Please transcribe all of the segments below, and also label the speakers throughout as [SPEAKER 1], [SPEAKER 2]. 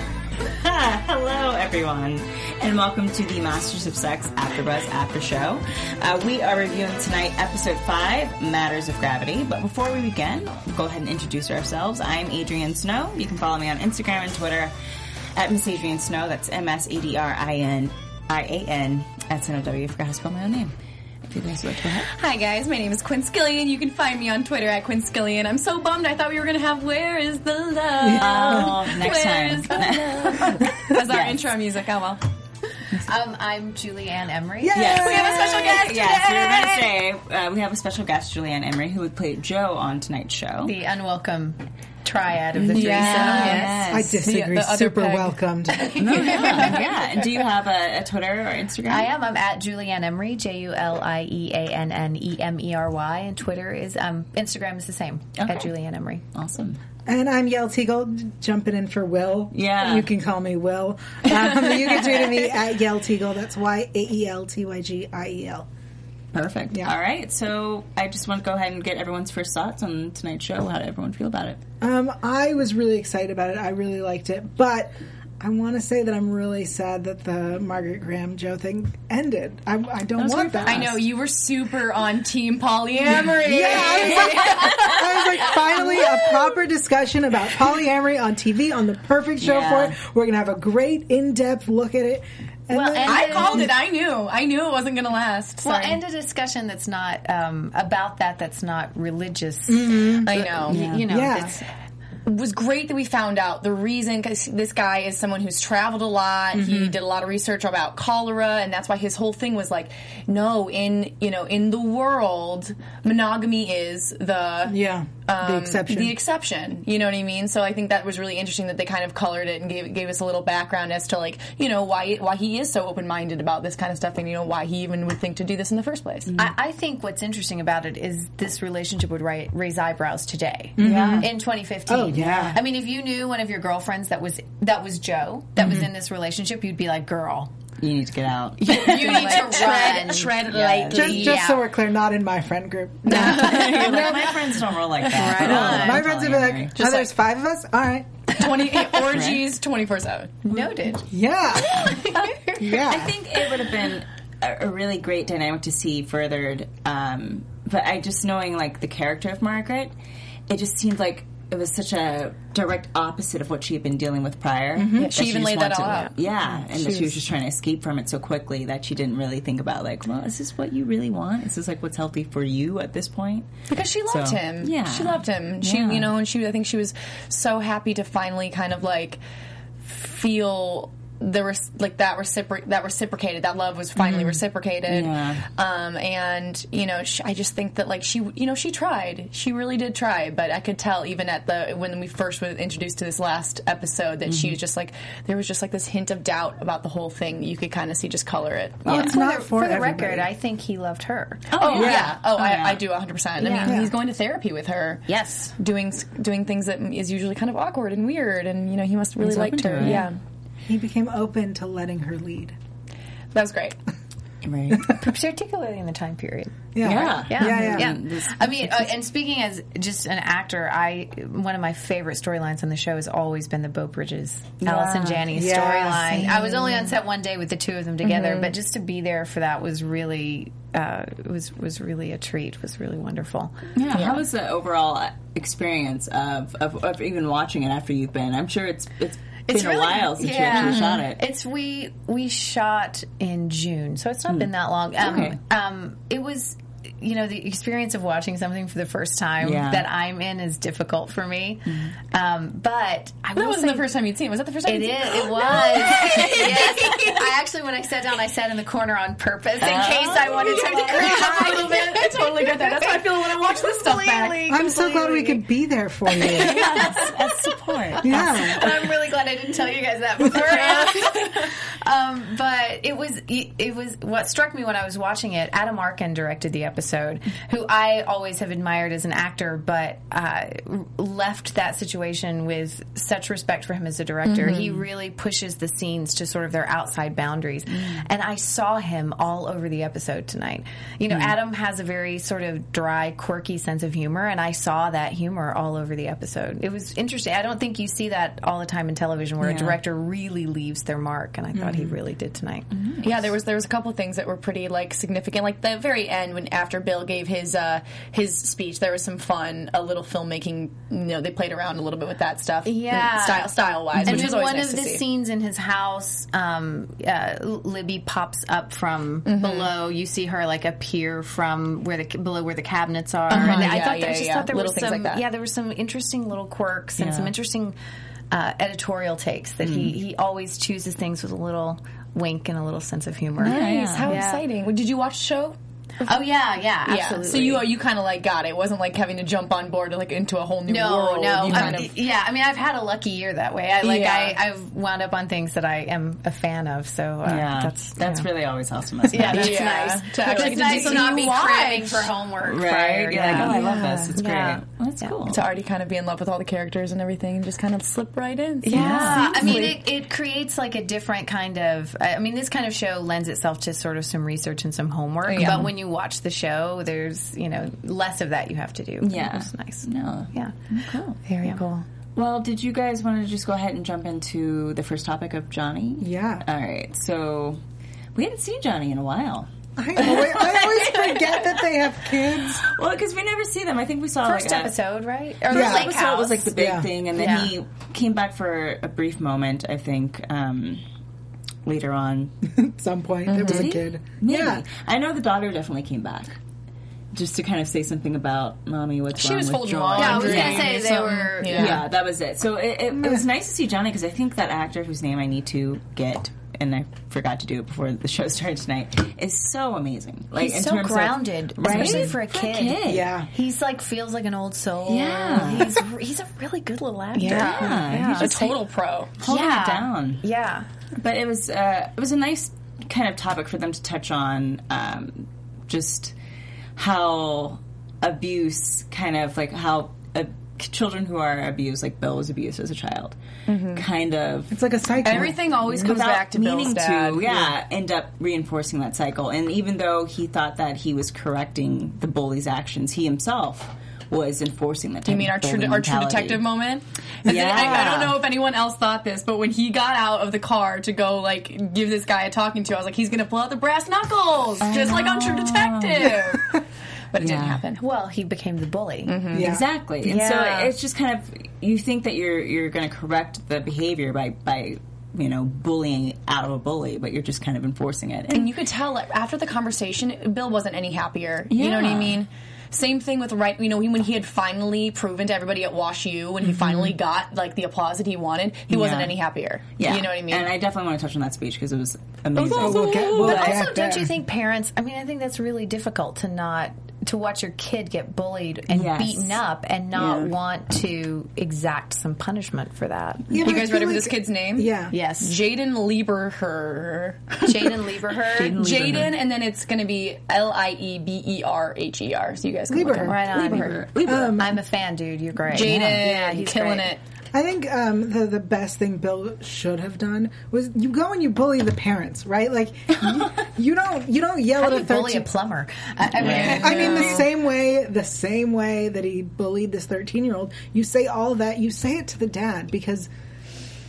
[SPEAKER 1] Ah, Hello, everyone, and welcome to the Masters of Sex AfterBuzz After Show. Uh, we are reviewing tonight episode five, Matters of Gravity. But before we begin, we'll go ahead and introduce ourselves. I'm Adrian Snow. You can follow me on Instagram and Twitter at Miss Adrian Snow. That's M S A D R I N I A N S N O W. I forgot how to spell my own name. If you guys would go ahead.
[SPEAKER 2] Hi guys, my name is Quinn Skillian. You can find me on Twitter at Quinn Skillian. I'm so bummed. I thought we were gonna have "Where Is the Love?"
[SPEAKER 1] Oh, next
[SPEAKER 2] Where
[SPEAKER 1] time.
[SPEAKER 2] is the love? As our intro music. Oh well.
[SPEAKER 3] Um, I'm Julianne Emery.
[SPEAKER 1] Yes.
[SPEAKER 2] We have a special guest
[SPEAKER 1] Yes, we were going to say uh, we have a special guest, Julianne Emery, who would play Joe on tonight's show.
[SPEAKER 3] The unwelcome triad of the threesome.
[SPEAKER 4] Oh,
[SPEAKER 1] Oh, Yes.
[SPEAKER 4] I disagree.
[SPEAKER 2] the other
[SPEAKER 4] Super
[SPEAKER 2] peg.
[SPEAKER 4] welcomed.
[SPEAKER 1] No, no, yeah. And do you have a, a Twitter or Instagram?
[SPEAKER 3] I am. I'm at Julianne Emery, J U L I E A N N E M E R Y, and Twitter is um, Instagram is the same
[SPEAKER 1] Okay.
[SPEAKER 3] at Julianne Emery.
[SPEAKER 1] Awesome.
[SPEAKER 4] and I'm Yael Teagle, jumping in for Will.
[SPEAKER 1] Yeah.
[SPEAKER 4] You can call me Will. Um, you can tweet at me at Yael Teagle. That's Y A E L T Y G I E L.
[SPEAKER 1] Perfect.
[SPEAKER 4] Yeah.
[SPEAKER 1] All right. So I just want to go ahead and get everyone's first thoughts on tonight's show. How did everyone feel about it?
[SPEAKER 4] Um, I was really excited about it. I really liked it. But I want to say that I'm really sad that the Margaret Graham Joe thing ended. I, I don't
[SPEAKER 1] was
[SPEAKER 4] want
[SPEAKER 1] very
[SPEAKER 4] that.
[SPEAKER 1] fast.
[SPEAKER 2] I know you were super on Team Polyamory.
[SPEAKER 4] Yeah, I was, like, I was like, finally, a proper discussion about polyamory on TV on the perfect show
[SPEAKER 1] Yeah.
[SPEAKER 4] for it. We're gonna have a great in-depth look at it. And
[SPEAKER 3] Well,
[SPEAKER 4] then-
[SPEAKER 3] and
[SPEAKER 2] I called it. I knew. I knew it wasn't gonna last.
[SPEAKER 3] Well,
[SPEAKER 2] Sorry.
[SPEAKER 3] and a discussion that's not um, about that that's not religious.
[SPEAKER 2] I know.
[SPEAKER 3] Y- You know,
[SPEAKER 4] Mm, Yeah.
[SPEAKER 3] that's-
[SPEAKER 2] It was great that we found out the reason because this guy is someone who's traveled a lot. He
[SPEAKER 4] Mm-hmm.
[SPEAKER 2] did a lot of research about cholera, and that's why his whole thing was like, no, in you know, in the world, monogamy is the
[SPEAKER 4] yeah, the exception.
[SPEAKER 2] the exception. You know what I mean? So I think that was really interesting that they kind of colored it and gave gave us a little background as to like you know why why he is so open minded about this kind of stuff, and you know why he even would think to do this in the first place.
[SPEAKER 4] Mm-hmm.
[SPEAKER 3] I, I think what's interesting about it is this relationship would ri- raise eyebrows today in 2015.
[SPEAKER 4] Mm-hmm. Oh, yeah.
[SPEAKER 3] I mean, if you knew one of your girlfriends that was that was Joe that
[SPEAKER 4] Mm-hmm.
[SPEAKER 3] was in this relationship, you'd be like, "Girl,
[SPEAKER 1] You need to get out.
[SPEAKER 3] you need to run."
[SPEAKER 2] tread lightly.
[SPEAKER 4] just, just so
[SPEAKER 3] yeah.
[SPEAKER 4] we're clear, not in my friend group.
[SPEAKER 1] my friends don't roll like that.
[SPEAKER 3] Right on.
[SPEAKER 4] my friends would be like,
[SPEAKER 1] Just
[SPEAKER 4] "Oh, there's five of us. All right,
[SPEAKER 2] Twenty orgies, twenty four seven.
[SPEAKER 3] Noted.
[SPEAKER 4] yeah, yeah."
[SPEAKER 1] I think it would have been a, a really great dynamic to see furthered. Um, but I just knowing like the character of Margaret, it just seemed like it was such a direct opposite of what she had been dealing with prior. That
[SPEAKER 2] Mm-hmm. she even
[SPEAKER 1] just
[SPEAKER 2] laid that
[SPEAKER 1] wanted-
[SPEAKER 2] all out.
[SPEAKER 1] Yeah, and that she was just trying to escape from it so quickly that she didn't really think about like, well, is this what you really want? Is this like what's healthy for you at this point?
[SPEAKER 2] because she loved
[SPEAKER 1] So,
[SPEAKER 2] him.
[SPEAKER 1] yeah.
[SPEAKER 2] she loved him. She,
[SPEAKER 1] Yeah.
[SPEAKER 2] you know, and she. I think she was so happy to finally kind of like feel the res- like that recipro- that reciprocated. That love was finally reciprocated.
[SPEAKER 1] Yeah.
[SPEAKER 2] Um, and you know, sh I just think that like she, you know, she tried. She really did try. But I could tell even at the when we first were introduced to this last episode that she was just like there was just like this hint of doubt about the whole thing. You could kind of see just color it.
[SPEAKER 3] Well,
[SPEAKER 4] It's
[SPEAKER 3] for
[SPEAKER 4] not
[SPEAKER 3] the,
[SPEAKER 4] for
[SPEAKER 3] for the
[SPEAKER 4] everybody.
[SPEAKER 3] record, I think he loved her.
[SPEAKER 2] Oh yeah. Oh, I,
[SPEAKER 1] yeah.
[SPEAKER 2] I do 100. percent I mean,
[SPEAKER 3] Yeah.
[SPEAKER 2] he's going to therapy with her.
[SPEAKER 3] Yes.
[SPEAKER 2] doing s- doing things that is usually kind of awkward and weird, and you know he must have really
[SPEAKER 1] He's open
[SPEAKER 2] liked
[SPEAKER 1] to
[SPEAKER 2] her.
[SPEAKER 1] it.
[SPEAKER 2] Yeah,
[SPEAKER 4] he became open to letting her lead.
[SPEAKER 2] that was great.
[SPEAKER 1] Right.
[SPEAKER 3] particularly in the time period.
[SPEAKER 4] Yeah,
[SPEAKER 1] Yeah.
[SPEAKER 4] yeah, yeah.
[SPEAKER 3] Yeah. I mean, uh, and speaking as just an actor, I one of my favorite storylines on the show has always been the Bo Bridges, Allison Janney
[SPEAKER 4] Yeah,
[SPEAKER 3] storyline. I was only on set one day with the two of them together,
[SPEAKER 4] Mm-hmm.
[SPEAKER 3] but just to be there for that was really uh, was was really a treat. Was really wonderful.
[SPEAKER 1] Yeah, how was the overall experience of, of, of even watching it after you've been? I'm sure it's it's, been a while since you actually shot it.
[SPEAKER 3] It's we we shot in June, so it's not been that long. Um, um, it was you know, the experience of watching something for the first time
[SPEAKER 1] Yeah.
[SPEAKER 3] that I'm in is difficult for me. Um, but I
[SPEAKER 2] That
[SPEAKER 3] will
[SPEAKER 2] wasn't
[SPEAKER 3] say
[SPEAKER 2] the first time you'd seen it. Was that the first time
[SPEAKER 3] It
[SPEAKER 2] you'd seen
[SPEAKER 3] is. It was. yes. I actually, when I sat down, I sat in the corner on purpose in case I wanted to cry.
[SPEAKER 2] I love it. I totally get that. That's how I feel when I watch this stuff back.
[SPEAKER 4] I'm so glad we could be there for you.
[SPEAKER 1] Yes, as support.
[SPEAKER 4] Yeah.
[SPEAKER 3] And I'm really glad I didn't tell you guys that before. um, but it was it was what struck me when I was watching it. Adam Arkin directed the episode, who I always have admired as an actor, but uh, left that situation with such respect for him as a director. He really pushes the scenes to sort of their outside boundaries, and I saw him all over the episode tonight. You know, Adam has a very sort of dry, quirky sense of humor, and I saw that humor all over the episode. It was interesting. I don't think you see that all the time in television where a director really leaves their mark, and I thought he really did tonight.
[SPEAKER 2] Yeah, there was there was a couple things that were pretty like significant. Like the very end when after Bill gave his uh, his speech, there was some fun, a little filmmaking. You know, they played around a little bit with that stuff.
[SPEAKER 3] Yeah.
[SPEAKER 2] style style wise,
[SPEAKER 3] And
[SPEAKER 2] which was
[SPEAKER 3] then
[SPEAKER 2] always
[SPEAKER 3] one
[SPEAKER 2] nice
[SPEAKER 3] of
[SPEAKER 2] to
[SPEAKER 3] the
[SPEAKER 2] see.
[SPEAKER 3] scenes in his house, um, uh, Libby pops up from
[SPEAKER 2] Mm-hmm.
[SPEAKER 3] below. You see her like appear from where the below where the cabinets are. and I
[SPEAKER 2] Uh-huh, yeah,
[SPEAKER 3] thought that,
[SPEAKER 2] yeah,
[SPEAKER 3] I just
[SPEAKER 2] yeah.
[SPEAKER 3] thought there
[SPEAKER 2] Little
[SPEAKER 3] were
[SPEAKER 2] things
[SPEAKER 3] some
[SPEAKER 2] like that.
[SPEAKER 3] yeah, there were some interesting little quirks and some interesting uh, editorial takes that
[SPEAKER 2] Mm.
[SPEAKER 3] he he always chooses things with a little wink and a little sense of humor.
[SPEAKER 2] Nice, how exciting! Well, Did you watch the show?
[SPEAKER 3] Oh yeah, yeah, absolutely.
[SPEAKER 2] So you you kind of like got it. It wasn't like having to jump on board like into a whole new
[SPEAKER 3] No,
[SPEAKER 2] world.
[SPEAKER 3] no.
[SPEAKER 2] You
[SPEAKER 3] Um,
[SPEAKER 2] kind of-
[SPEAKER 3] yeah, I mean, I've had a lucky year that way. I like,
[SPEAKER 2] Yeah.
[SPEAKER 3] I, I've wound up on things that I am a fan of. So uh,
[SPEAKER 1] Yeah,
[SPEAKER 3] that's
[SPEAKER 1] that's that's
[SPEAKER 3] yeah.
[SPEAKER 1] really always awesome. Isn't
[SPEAKER 3] Yeah,
[SPEAKER 1] it?
[SPEAKER 3] that's
[SPEAKER 2] Yeah.
[SPEAKER 3] nice.
[SPEAKER 2] To actually
[SPEAKER 3] it's
[SPEAKER 2] get to
[SPEAKER 3] nice
[SPEAKER 2] do
[SPEAKER 3] to not
[SPEAKER 2] something
[SPEAKER 3] be
[SPEAKER 2] you
[SPEAKER 3] cramming
[SPEAKER 2] watch.
[SPEAKER 3] for homework. prior,
[SPEAKER 1] right. You're
[SPEAKER 3] yeah.
[SPEAKER 1] like, oh, I love this. It's
[SPEAKER 3] Yeah.
[SPEAKER 1] great. Well, that's cool.
[SPEAKER 2] to already kind of be in love with all the characters and everything, and just kind of slip right in.
[SPEAKER 3] Yeah, I mean, it, it creates like a different kind of. I I mean, this kind of show lends itself to sort of some research and some homework.
[SPEAKER 2] Yeah.
[SPEAKER 3] But when you watch the show, there's you know less of that you have to do.
[SPEAKER 1] Yeah.
[SPEAKER 3] it's nice.
[SPEAKER 1] No.
[SPEAKER 3] Yeah, Oh
[SPEAKER 1] Cool.
[SPEAKER 3] very cool.
[SPEAKER 1] Well, did you guys want to just go ahead and jump into the first topic of Johnny?
[SPEAKER 4] Yeah.
[SPEAKER 1] All right. So we hadn't seen Johnny in a while.
[SPEAKER 4] I always, I always forget that they have kids.
[SPEAKER 1] Well, because we never see them. I think we saw
[SPEAKER 3] First
[SPEAKER 1] like, a-
[SPEAKER 3] episode, right? Or
[SPEAKER 1] First
[SPEAKER 3] the lake
[SPEAKER 1] episode
[SPEAKER 3] house
[SPEAKER 1] was like the big
[SPEAKER 4] Yeah.
[SPEAKER 1] thing, and then
[SPEAKER 3] Yeah.
[SPEAKER 1] he came back for a brief moment. I think um, later on,
[SPEAKER 4] At some point,
[SPEAKER 3] Oh,
[SPEAKER 4] there was a kid.
[SPEAKER 1] Maybe.
[SPEAKER 4] Yeah.
[SPEAKER 1] I know the daughter definitely came back. Just to kind of say something about mommy, what's
[SPEAKER 2] She
[SPEAKER 1] wrong
[SPEAKER 2] was
[SPEAKER 1] with
[SPEAKER 2] folding
[SPEAKER 1] Joy?
[SPEAKER 2] laundry.
[SPEAKER 3] Yeah, I was gonna
[SPEAKER 2] Yeah.
[SPEAKER 3] say they
[SPEAKER 2] Some-
[SPEAKER 3] were.
[SPEAKER 2] yeah.
[SPEAKER 1] Yeah. that was it. So it, it, it was
[SPEAKER 3] Mm.
[SPEAKER 1] nice to see Johnny because I think that actor whose name I need to get and I forgot to do it before the show started tonight is so amazing. Like
[SPEAKER 3] He's
[SPEAKER 1] in
[SPEAKER 3] so
[SPEAKER 1] terms of-
[SPEAKER 3] grounded, especially for a
[SPEAKER 1] For a
[SPEAKER 3] kid.
[SPEAKER 1] kid.
[SPEAKER 4] Yeah.
[SPEAKER 3] He's like feels like an old soul.
[SPEAKER 1] Yeah.
[SPEAKER 3] he's he's a really good little actor.
[SPEAKER 1] yeah, he
[SPEAKER 2] a
[SPEAKER 1] just
[SPEAKER 2] total pro.
[SPEAKER 1] holding
[SPEAKER 3] Yeah.
[SPEAKER 1] it down.
[SPEAKER 3] yeah.
[SPEAKER 1] But it was uh, it was a nice kind of topic for them to touch on, um, just how abuse kind of like how uh, children who are abused, like Bill was abused as a child,
[SPEAKER 2] Mm-hmm.
[SPEAKER 1] kind of
[SPEAKER 4] It's like a cycle.
[SPEAKER 2] Everything always comes
[SPEAKER 1] without
[SPEAKER 2] back to Bill's
[SPEAKER 1] meaning
[SPEAKER 2] dad.
[SPEAKER 1] to, yeah, end up reinforcing that cycle. And even though he thought that he was correcting the bully's actions, he himself was enforcing that.
[SPEAKER 2] I mean, our true, our true detective moment. And then- I, I don't
[SPEAKER 1] Yeah.
[SPEAKER 2] know if anyone else thought this, but when he got out of the car to go like give this guy a talking to, I was like, he's gonna blow out the brass knuckles, just like on True Detective. but it didn't happen.
[SPEAKER 3] Well, he became the bully.
[SPEAKER 1] Mm-hmm.
[SPEAKER 4] Yeah.
[SPEAKER 1] Exactly. And
[SPEAKER 3] Yeah.
[SPEAKER 1] so it's just kind of you think that you're you're going to correct the behavior by by you know bullying out of a bully, but you're just kind of enforcing it.
[SPEAKER 2] And you could tell like, after the conversation, Bill wasn't any happier. You know what I
[SPEAKER 1] Yeah.
[SPEAKER 2] mean? Same thing with right. You know, he- when he had finally proven to everybody at Wash U, when he finally got like the applause that he wanted, he wasn't
[SPEAKER 1] Yeah.
[SPEAKER 2] any happier.
[SPEAKER 1] yeah,
[SPEAKER 2] you know what I mean.
[SPEAKER 1] And I definitely want to touch on that speech because it was amazing.
[SPEAKER 4] We'll get- we'll
[SPEAKER 3] But
[SPEAKER 4] get
[SPEAKER 3] also, don't
[SPEAKER 4] there.
[SPEAKER 3] you think parents? I mean, I think that's really difficult to not to watch your kid get bullied and
[SPEAKER 1] Yes.
[SPEAKER 3] beaten up and not
[SPEAKER 1] Yeah.
[SPEAKER 3] want to exact some punishment for that.
[SPEAKER 4] Yeah, but
[SPEAKER 2] you
[SPEAKER 4] I
[SPEAKER 2] guys
[SPEAKER 4] feel
[SPEAKER 2] ready for
[SPEAKER 4] like-
[SPEAKER 2] this kid's name?
[SPEAKER 4] Yeah.
[SPEAKER 3] Yes,
[SPEAKER 2] Jaden Lieberher.
[SPEAKER 3] Jaden Lieberher.
[SPEAKER 2] Jaden, and then it's going to be L I E B E R H E R. So you guys can look
[SPEAKER 4] Lieberher.
[SPEAKER 2] it up.
[SPEAKER 3] Right on.
[SPEAKER 1] Lieber.
[SPEAKER 2] Um,
[SPEAKER 3] I'm a fan, dude. You're great.
[SPEAKER 2] Jaden,
[SPEAKER 3] Yeah, he's
[SPEAKER 2] killing
[SPEAKER 3] great.
[SPEAKER 2] it.
[SPEAKER 4] I think um, the the best thing Bill should have done was you go and you bully the parents, right? Like you, you don't you don't yell
[SPEAKER 3] How
[SPEAKER 4] at
[SPEAKER 3] do
[SPEAKER 4] a
[SPEAKER 3] you bully a
[SPEAKER 4] thirteen.
[SPEAKER 3] plumber? I, I mean,
[SPEAKER 4] I mean,
[SPEAKER 1] uh,
[SPEAKER 4] the same way the same way that he bullied this thirteen year old. You say all that. You say it to the dad because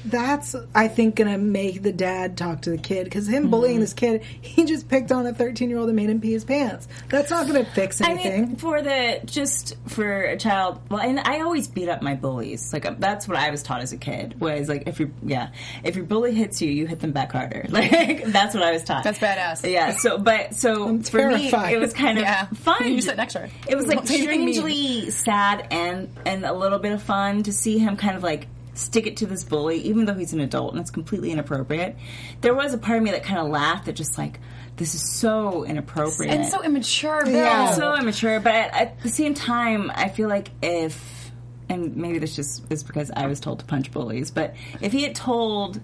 [SPEAKER 4] that's I think gonna make the dad talk to the kid because him
[SPEAKER 1] Mm-hmm.
[SPEAKER 4] bullying this kid, he just picked on a thirteen year old and made him pee his pants. That's not gonna fix
[SPEAKER 1] I
[SPEAKER 4] anything.
[SPEAKER 1] mean, for the just for a child. Well, and I always beat up my bullies. Like um, that's what I was taught as a kid. Was like if you yeah, if your bully hits you, you hit them back harder. Like that's what I was taught.
[SPEAKER 2] That's badass.
[SPEAKER 1] Yeah. So, but so for me,
[SPEAKER 4] terrified.
[SPEAKER 1] it was kind of
[SPEAKER 2] Yeah.
[SPEAKER 1] fun.
[SPEAKER 2] You sit next to her.
[SPEAKER 1] It was like
[SPEAKER 2] Don't say anything mean.
[SPEAKER 1] strangely sad and and a little bit of fun to see him kind of like stick it to this bully, even though he's an adult and it's completely inappropriate. There was a part of me that kind of laughed at just like. This is so inappropriate
[SPEAKER 2] and so immature. Bill.
[SPEAKER 4] Yeah.
[SPEAKER 1] it's so immature, but at, at the same time, I feel like if, and maybe this just is because I was told to punch bullies, but if he had told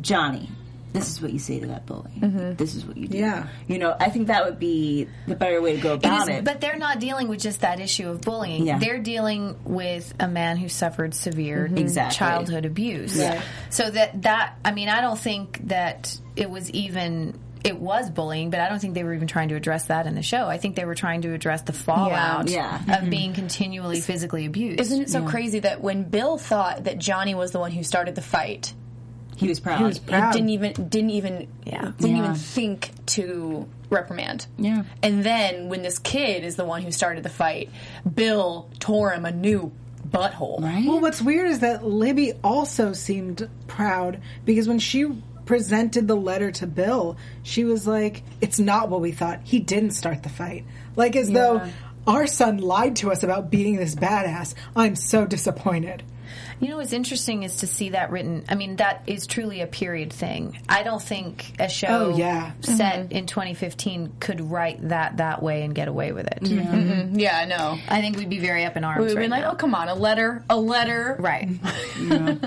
[SPEAKER 1] Johnny, this is what you say to that bully, this is what you do,
[SPEAKER 4] Yeah.
[SPEAKER 1] you know, I think that would be the better way to go about it.
[SPEAKER 3] But they're not dealing with just that issue of bullying.
[SPEAKER 1] Yeah. Mm-hmm.
[SPEAKER 3] They're dealing with a man who suffered severe
[SPEAKER 1] Exactly.
[SPEAKER 3] childhood abuse.
[SPEAKER 4] Yeah.
[SPEAKER 3] So that that I mean, I don't think that it was even it was bullying, but I don't think they were even trying to address that in the show. I think they were trying to address the fallout
[SPEAKER 1] Yeah. Mm-hmm.
[SPEAKER 3] of being continually physically abused.
[SPEAKER 2] Isn't it so crazy that when Bill thought that Johnny was the one who started the fight,
[SPEAKER 1] he was proud.
[SPEAKER 4] Proud.
[SPEAKER 2] he didn't even didn't even
[SPEAKER 3] Yeah.
[SPEAKER 2] didn't
[SPEAKER 1] Yeah.
[SPEAKER 2] even think to reprimand.
[SPEAKER 1] Yeah.
[SPEAKER 2] And then when this kid is the one who started the fight, Bill tore him a new butthole.
[SPEAKER 1] right?
[SPEAKER 4] Well, what's weird is that Libby also seemed proud because when she presented the letter to Bill, she was like, "It's not what we thought. He didn't start the fight." Like as though our son lied to us about beating this badass. I'm so disappointed.
[SPEAKER 3] You know what's interesting is to see that written. I mean, that is truly a period thing. I don't think a show
[SPEAKER 4] Oh, yeah.
[SPEAKER 3] set in 2015 could write that that way and get away with it. Mm-hmm.
[SPEAKER 2] Mm-hmm. Yeah, I know.
[SPEAKER 3] I think we'd be oh. very up in arms.
[SPEAKER 2] We would
[SPEAKER 3] right
[SPEAKER 2] been like,
[SPEAKER 3] now.
[SPEAKER 2] oh come on, a letter, a letter.
[SPEAKER 3] right.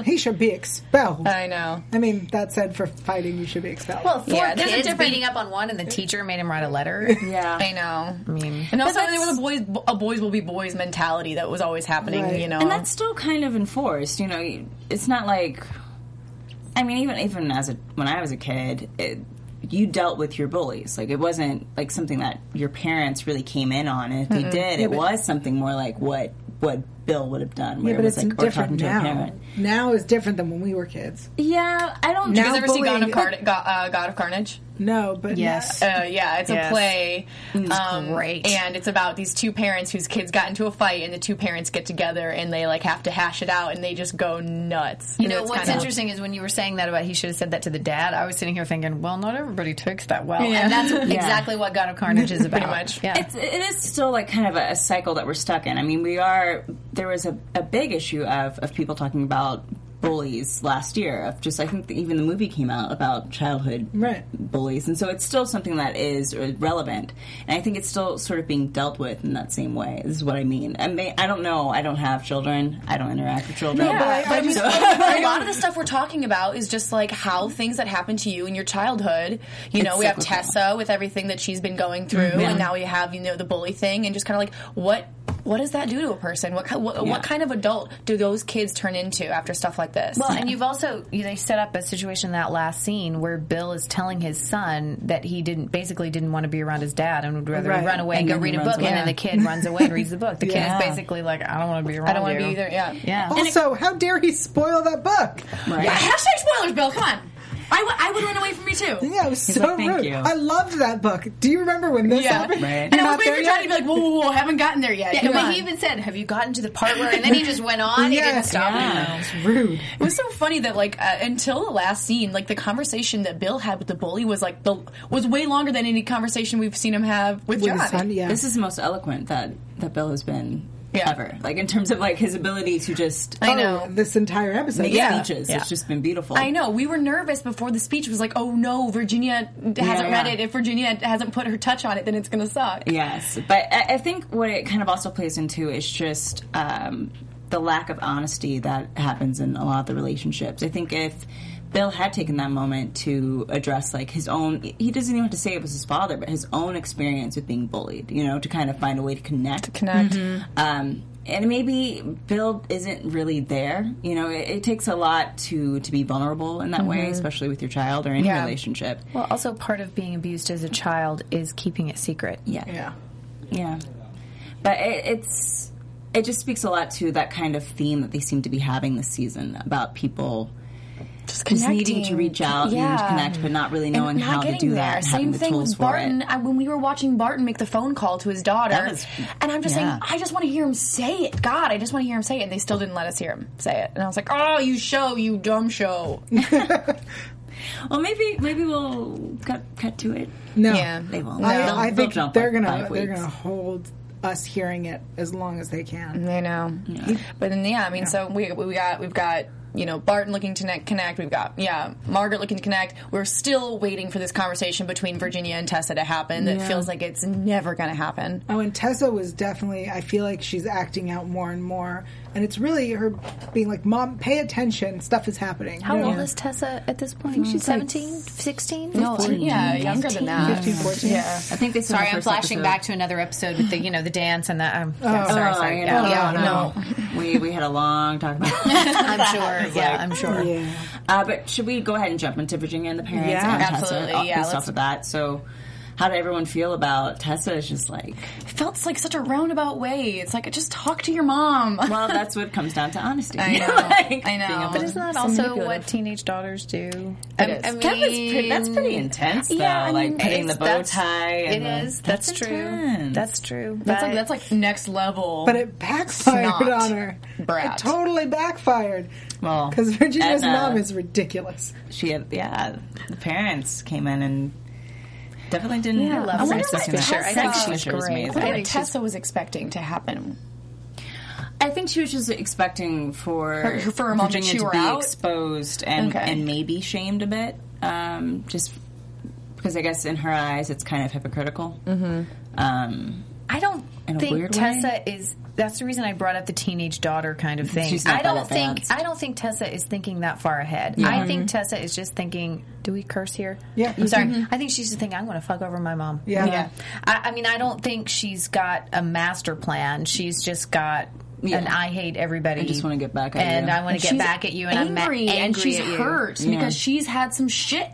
[SPEAKER 4] He should be expelled.
[SPEAKER 2] I know.
[SPEAKER 4] I mean, that said, for fighting, you should be expelled.
[SPEAKER 3] Well, four
[SPEAKER 2] Yeah, there's
[SPEAKER 3] kids
[SPEAKER 2] a different-
[SPEAKER 3] beating up on one, and the teacher made him write a letter.
[SPEAKER 1] yeah.
[SPEAKER 2] I know. I
[SPEAKER 3] mean-
[SPEAKER 2] and also
[SPEAKER 1] But
[SPEAKER 2] there
[SPEAKER 1] that's-
[SPEAKER 2] was a boys a boys will be boys mentality that was always happening.
[SPEAKER 4] Right.
[SPEAKER 2] You know.
[SPEAKER 1] and that's still kind of enforced you know you- it's not like i mean even even as a when i was a kid it, you dealt with your bullies like it wasn't like something that your parents really came in on and if they did it was something more like what what bill would have done where
[SPEAKER 4] yeah, but
[SPEAKER 1] it was
[SPEAKER 4] it's
[SPEAKER 1] like or talking
[SPEAKER 4] different
[SPEAKER 1] to a
[SPEAKER 4] now.
[SPEAKER 1] parent
[SPEAKER 4] Now is different than when we were kids.
[SPEAKER 1] yeah i don't
[SPEAKER 4] Now
[SPEAKER 2] you guys ever see God of,
[SPEAKER 4] bullying-
[SPEAKER 2] Car- God, uh, God of Carnage?
[SPEAKER 4] No, but
[SPEAKER 3] Yes.
[SPEAKER 2] Uh, yeah, it's a
[SPEAKER 3] Yes.
[SPEAKER 2] play. Um,
[SPEAKER 3] great.
[SPEAKER 2] And it's about these two parents whose kids got into a fight, and the two parents get together and they like have to hash it out, and they just go nuts.
[SPEAKER 3] You know what's interesting is when you were saying that about he should have said that to the dad. I was sitting here thinking, well, not everybody takes that well,
[SPEAKER 2] Yeah.
[SPEAKER 3] and that's exactly what God of Carnage is about.
[SPEAKER 2] Pretty much.
[SPEAKER 3] yeah.
[SPEAKER 1] it's, it is still like kind of a, a cycle that we're stuck in. I mean, we are there was a, a big issue of of people talking about bullies last year. Of just I think that even the movie came out about childhood
[SPEAKER 4] Right.
[SPEAKER 1] bullies, and so it's still something that is relevant, and I think it's still sort of being dealt with in that same way. This is what I mean. I mean, I don't know. I don't have children. I don't interact with children.
[SPEAKER 2] Yeah,
[SPEAKER 4] I- I
[SPEAKER 2] but
[SPEAKER 4] just-
[SPEAKER 2] a lot of the stuff we're talking about is just like how things that happened to you in your childhood. You know,
[SPEAKER 1] It's
[SPEAKER 2] we have
[SPEAKER 1] cyclical.
[SPEAKER 2] Tessa with everything that she's been going through, and now we have you know the bully thing, and just kind of like what what does that do to a person? What ki- what,
[SPEAKER 1] Yeah.
[SPEAKER 2] what kind of adult do those kids turn into after stuff like this?
[SPEAKER 3] Well, and you've also you, they set up a situation in that last scene where Bill is telling his son that he didn't basically didn't want to be around his dad and would rather
[SPEAKER 4] Right.
[SPEAKER 3] run away and,
[SPEAKER 1] And
[SPEAKER 3] go
[SPEAKER 1] then
[SPEAKER 3] read
[SPEAKER 1] he
[SPEAKER 3] a
[SPEAKER 1] runs
[SPEAKER 3] book, and then
[SPEAKER 2] away.
[SPEAKER 3] the kid runs away and reads the book. The
[SPEAKER 1] Yeah.
[SPEAKER 3] kid is basically like, I don't want to be around.
[SPEAKER 2] I don't want to
[SPEAKER 3] you."
[SPEAKER 2] be either. Yeah,
[SPEAKER 3] Yeah.
[SPEAKER 4] Also, how dare he spoil that book?
[SPEAKER 1] Right.
[SPEAKER 2] Yeah, hashtag spoilers, Bill. Come on. I, w- I would run away from you too.
[SPEAKER 4] Yeah, it was so
[SPEAKER 1] like, "Thank
[SPEAKER 4] rude.
[SPEAKER 1] you."
[SPEAKER 4] I loved that book. Do you remember when this
[SPEAKER 2] Yeah.
[SPEAKER 4] happened?
[SPEAKER 1] Right.
[SPEAKER 4] You're
[SPEAKER 2] And I
[SPEAKER 4] not
[SPEAKER 2] was waiting
[SPEAKER 4] there
[SPEAKER 2] for
[SPEAKER 4] yet?
[SPEAKER 2] Johnny to be like, whoa, whoa, whoa, haven't gotten there yet.
[SPEAKER 3] Yeah,
[SPEAKER 2] Come
[SPEAKER 3] well,
[SPEAKER 2] on.
[SPEAKER 3] he even said, "Have you gotten to the part where?" And then he just went on. He didn't
[SPEAKER 4] Yes.
[SPEAKER 3] stop.
[SPEAKER 1] Yeah.
[SPEAKER 4] It's rude.
[SPEAKER 2] It was so funny that like uh, until the last scene, like the conversation that Bill had with the bully was like the was way longer than any conversation we've seen him have with,
[SPEAKER 4] With his
[SPEAKER 2] Johnny.
[SPEAKER 4] son, yeah.
[SPEAKER 1] This is the most eloquent that that Bill has been
[SPEAKER 2] Yeah.
[SPEAKER 1] ever. Like in terms of like his ability to just
[SPEAKER 2] I
[SPEAKER 4] Oh,
[SPEAKER 2] know.
[SPEAKER 4] this entire episode.
[SPEAKER 1] make
[SPEAKER 4] Yeah.
[SPEAKER 1] speeches.
[SPEAKER 3] Yeah.
[SPEAKER 1] It's just been beautiful.
[SPEAKER 2] I know. We were nervous before the speech was like, oh no, Virginia hasn't read
[SPEAKER 1] yeah.
[SPEAKER 2] it. If Virginia hasn't put her touch on it, then it's gonna suck.
[SPEAKER 1] Yes, but I I think what it kind of also plays into is just um, the lack of honesty that happens in a lot of the relationships. I think if Bill had taken that moment to address like his own, he doesn't even have to say it was his father, but his own experience with being bullied. You know, to kind of find a way to connect.
[SPEAKER 2] Connect.
[SPEAKER 1] Um, and maybe Bill isn't really there. You know, it, it takes a lot to to be vulnerable in that way, especially with your child or any
[SPEAKER 2] Yeah.
[SPEAKER 1] relationship.
[SPEAKER 3] Well, also part of being abused as a child is keeping it secret.
[SPEAKER 1] Yeah.
[SPEAKER 4] Yeah.
[SPEAKER 1] Yeah, but it, it's it just speaks a lot to that kind of theme that they seem to be having this season about people
[SPEAKER 2] just
[SPEAKER 1] just
[SPEAKER 2] connecting.
[SPEAKER 1] needing to reach out and
[SPEAKER 2] Yeah.
[SPEAKER 1] connect, but not really knowing
[SPEAKER 2] and not
[SPEAKER 1] how to
[SPEAKER 2] getting
[SPEAKER 1] do
[SPEAKER 2] there.
[SPEAKER 1] that. having
[SPEAKER 2] Same
[SPEAKER 1] the
[SPEAKER 2] thing
[SPEAKER 1] tools
[SPEAKER 2] with
[SPEAKER 1] for
[SPEAKER 2] Barton.
[SPEAKER 1] It.
[SPEAKER 2] I, when we were watching Barton make the phone call to his
[SPEAKER 1] That
[SPEAKER 2] daughter,
[SPEAKER 1] was-
[SPEAKER 2] and I'm just
[SPEAKER 1] yeah.
[SPEAKER 2] saying, I just want to hear him say it. God, I just want to hear him say it. And they still didn't let us hear him say it. And I was like, Oh, you show, you dumb show.
[SPEAKER 1] Well, maybe maybe we'll cut cut to it.
[SPEAKER 4] No,
[SPEAKER 2] Yeah.
[SPEAKER 1] They won't. They'll-
[SPEAKER 4] I, I
[SPEAKER 1] they'll
[SPEAKER 4] think
[SPEAKER 1] jump
[SPEAKER 4] they're
[SPEAKER 1] like
[SPEAKER 4] gonna
[SPEAKER 1] five
[SPEAKER 4] they're
[SPEAKER 1] weeks.
[SPEAKER 4] gonna hold us hearing it as long as they
[SPEAKER 1] Mm-hmm.
[SPEAKER 4] can.
[SPEAKER 2] I know. But then, yeah, I mean, so we we got we've got you know Barton looking to ne- connect. We've got yeah Margaret looking to connect. We're still waiting for this conversation between Virginia and Tessa to happen. That feels like it's never going to happen.
[SPEAKER 4] Oh, and Tessa was definitely. I feel like she's acting out more and more, and it's really her being like, "Mom, pay attention. Stuff is happening."
[SPEAKER 5] How
[SPEAKER 4] You know?
[SPEAKER 5] old is Tessa at this point? She's 17, 16?
[SPEAKER 2] No, yeah, younger than that.
[SPEAKER 4] 15, 14?
[SPEAKER 2] Yeah.
[SPEAKER 1] I think they. said
[SPEAKER 3] Sorry,
[SPEAKER 1] the
[SPEAKER 3] I'm
[SPEAKER 1] first
[SPEAKER 3] flashing
[SPEAKER 1] episode-
[SPEAKER 3] back to another episode with the you know the dance and the. Um, yeah,
[SPEAKER 1] Oh,
[SPEAKER 3] sorry, sorry.
[SPEAKER 1] you
[SPEAKER 3] Yeah,
[SPEAKER 1] know,
[SPEAKER 3] yeah,
[SPEAKER 1] no. we we had a long talk about. That.
[SPEAKER 3] I'm sure. Yeah, I'm sure.
[SPEAKER 4] Yeah.
[SPEAKER 1] Uh, but should we go ahead and jump into Virginia and the parents?
[SPEAKER 4] Yeah.
[SPEAKER 1] and
[SPEAKER 2] Absolutely,
[SPEAKER 1] Tessa, uh,
[SPEAKER 2] yeah,
[SPEAKER 1] Based
[SPEAKER 2] let's-
[SPEAKER 1] off of that, so. How did everyone feel about Tessa? Is just like,
[SPEAKER 2] It felt like such a roundabout way. It's like just talk to your mom.
[SPEAKER 1] well, that's what comes down to honesty.
[SPEAKER 2] I know.
[SPEAKER 1] Like,
[SPEAKER 2] I know.
[SPEAKER 1] being able
[SPEAKER 2] But
[SPEAKER 1] to-
[SPEAKER 2] isn't
[SPEAKER 5] Isn't that
[SPEAKER 2] So
[SPEAKER 5] also
[SPEAKER 2] manipulative.
[SPEAKER 5] what teenage daughters do?
[SPEAKER 2] It
[SPEAKER 5] I- I
[SPEAKER 2] is.
[SPEAKER 1] That was pretty,
[SPEAKER 5] mean,
[SPEAKER 1] that's pretty intense, though.
[SPEAKER 5] yeah, I
[SPEAKER 1] like
[SPEAKER 5] mean,
[SPEAKER 1] putting the
[SPEAKER 5] it's-
[SPEAKER 1] bow
[SPEAKER 5] that's-
[SPEAKER 1] tie.
[SPEAKER 5] It
[SPEAKER 1] and the-
[SPEAKER 5] is. That's, true.
[SPEAKER 1] intense.
[SPEAKER 5] That's true.
[SPEAKER 2] That's like that's like next level.
[SPEAKER 4] But it backfired
[SPEAKER 2] Snot.
[SPEAKER 4] on her.
[SPEAKER 2] Brat.
[SPEAKER 4] It totally backfired.
[SPEAKER 1] Well,
[SPEAKER 4] because Virginia's
[SPEAKER 1] Edna-
[SPEAKER 4] mom is ridiculous.
[SPEAKER 1] she had yeah the parents came in and definitely didn't
[SPEAKER 5] I love
[SPEAKER 1] wonder
[SPEAKER 5] Frances
[SPEAKER 1] what
[SPEAKER 5] Fisher.
[SPEAKER 1] Tessa-
[SPEAKER 5] I think
[SPEAKER 1] Frances
[SPEAKER 5] she's
[SPEAKER 1] Fisher was
[SPEAKER 5] great.
[SPEAKER 1] amazing.
[SPEAKER 2] what
[SPEAKER 5] I think
[SPEAKER 2] Tessa was expecting to happen.
[SPEAKER 1] I think she was just expecting for
[SPEAKER 2] Her- for a moment
[SPEAKER 1] Virginia
[SPEAKER 2] she
[SPEAKER 1] to
[SPEAKER 2] were
[SPEAKER 1] be
[SPEAKER 2] out?
[SPEAKER 1] exposed and
[SPEAKER 2] Okay.
[SPEAKER 1] and maybe shamed a bit um, just because I guess in her eyes it's kind of hypocritical mm-hmm. um,
[SPEAKER 3] I don't
[SPEAKER 1] In a
[SPEAKER 3] think
[SPEAKER 1] weird
[SPEAKER 3] Tessa is. That's the reason I brought up the teenage daughter kind of thing.
[SPEAKER 1] She's not
[SPEAKER 3] I
[SPEAKER 1] that Mm-hmm.
[SPEAKER 3] don't think
[SPEAKER 1] advanced.
[SPEAKER 3] I don't think Tessa is thinking that far ahead. I think Tessa is just thinking. Do we curse here?
[SPEAKER 4] Yeah.
[SPEAKER 3] I'm sorry.
[SPEAKER 1] Mm-hmm.
[SPEAKER 3] I think she's just thinking I'm going to fuck over my mom.
[SPEAKER 4] Yeah. Yeah.
[SPEAKER 3] I, I mean, I don't think she's got a master plan. She's just got.
[SPEAKER 1] Yeah.
[SPEAKER 3] an I hate everybody. I
[SPEAKER 1] just wanna get back at
[SPEAKER 3] and
[SPEAKER 1] you.
[SPEAKER 3] I want to get
[SPEAKER 2] She's
[SPEAKER 3] back at you. And I'm ma-
[SPEAKER 2] angry,
[SPEAKER 3] angry
[SPEAKER 2] and she's
[SPEAKER 3] at you.
[SPEAKER 2] hurt because she's had some shit.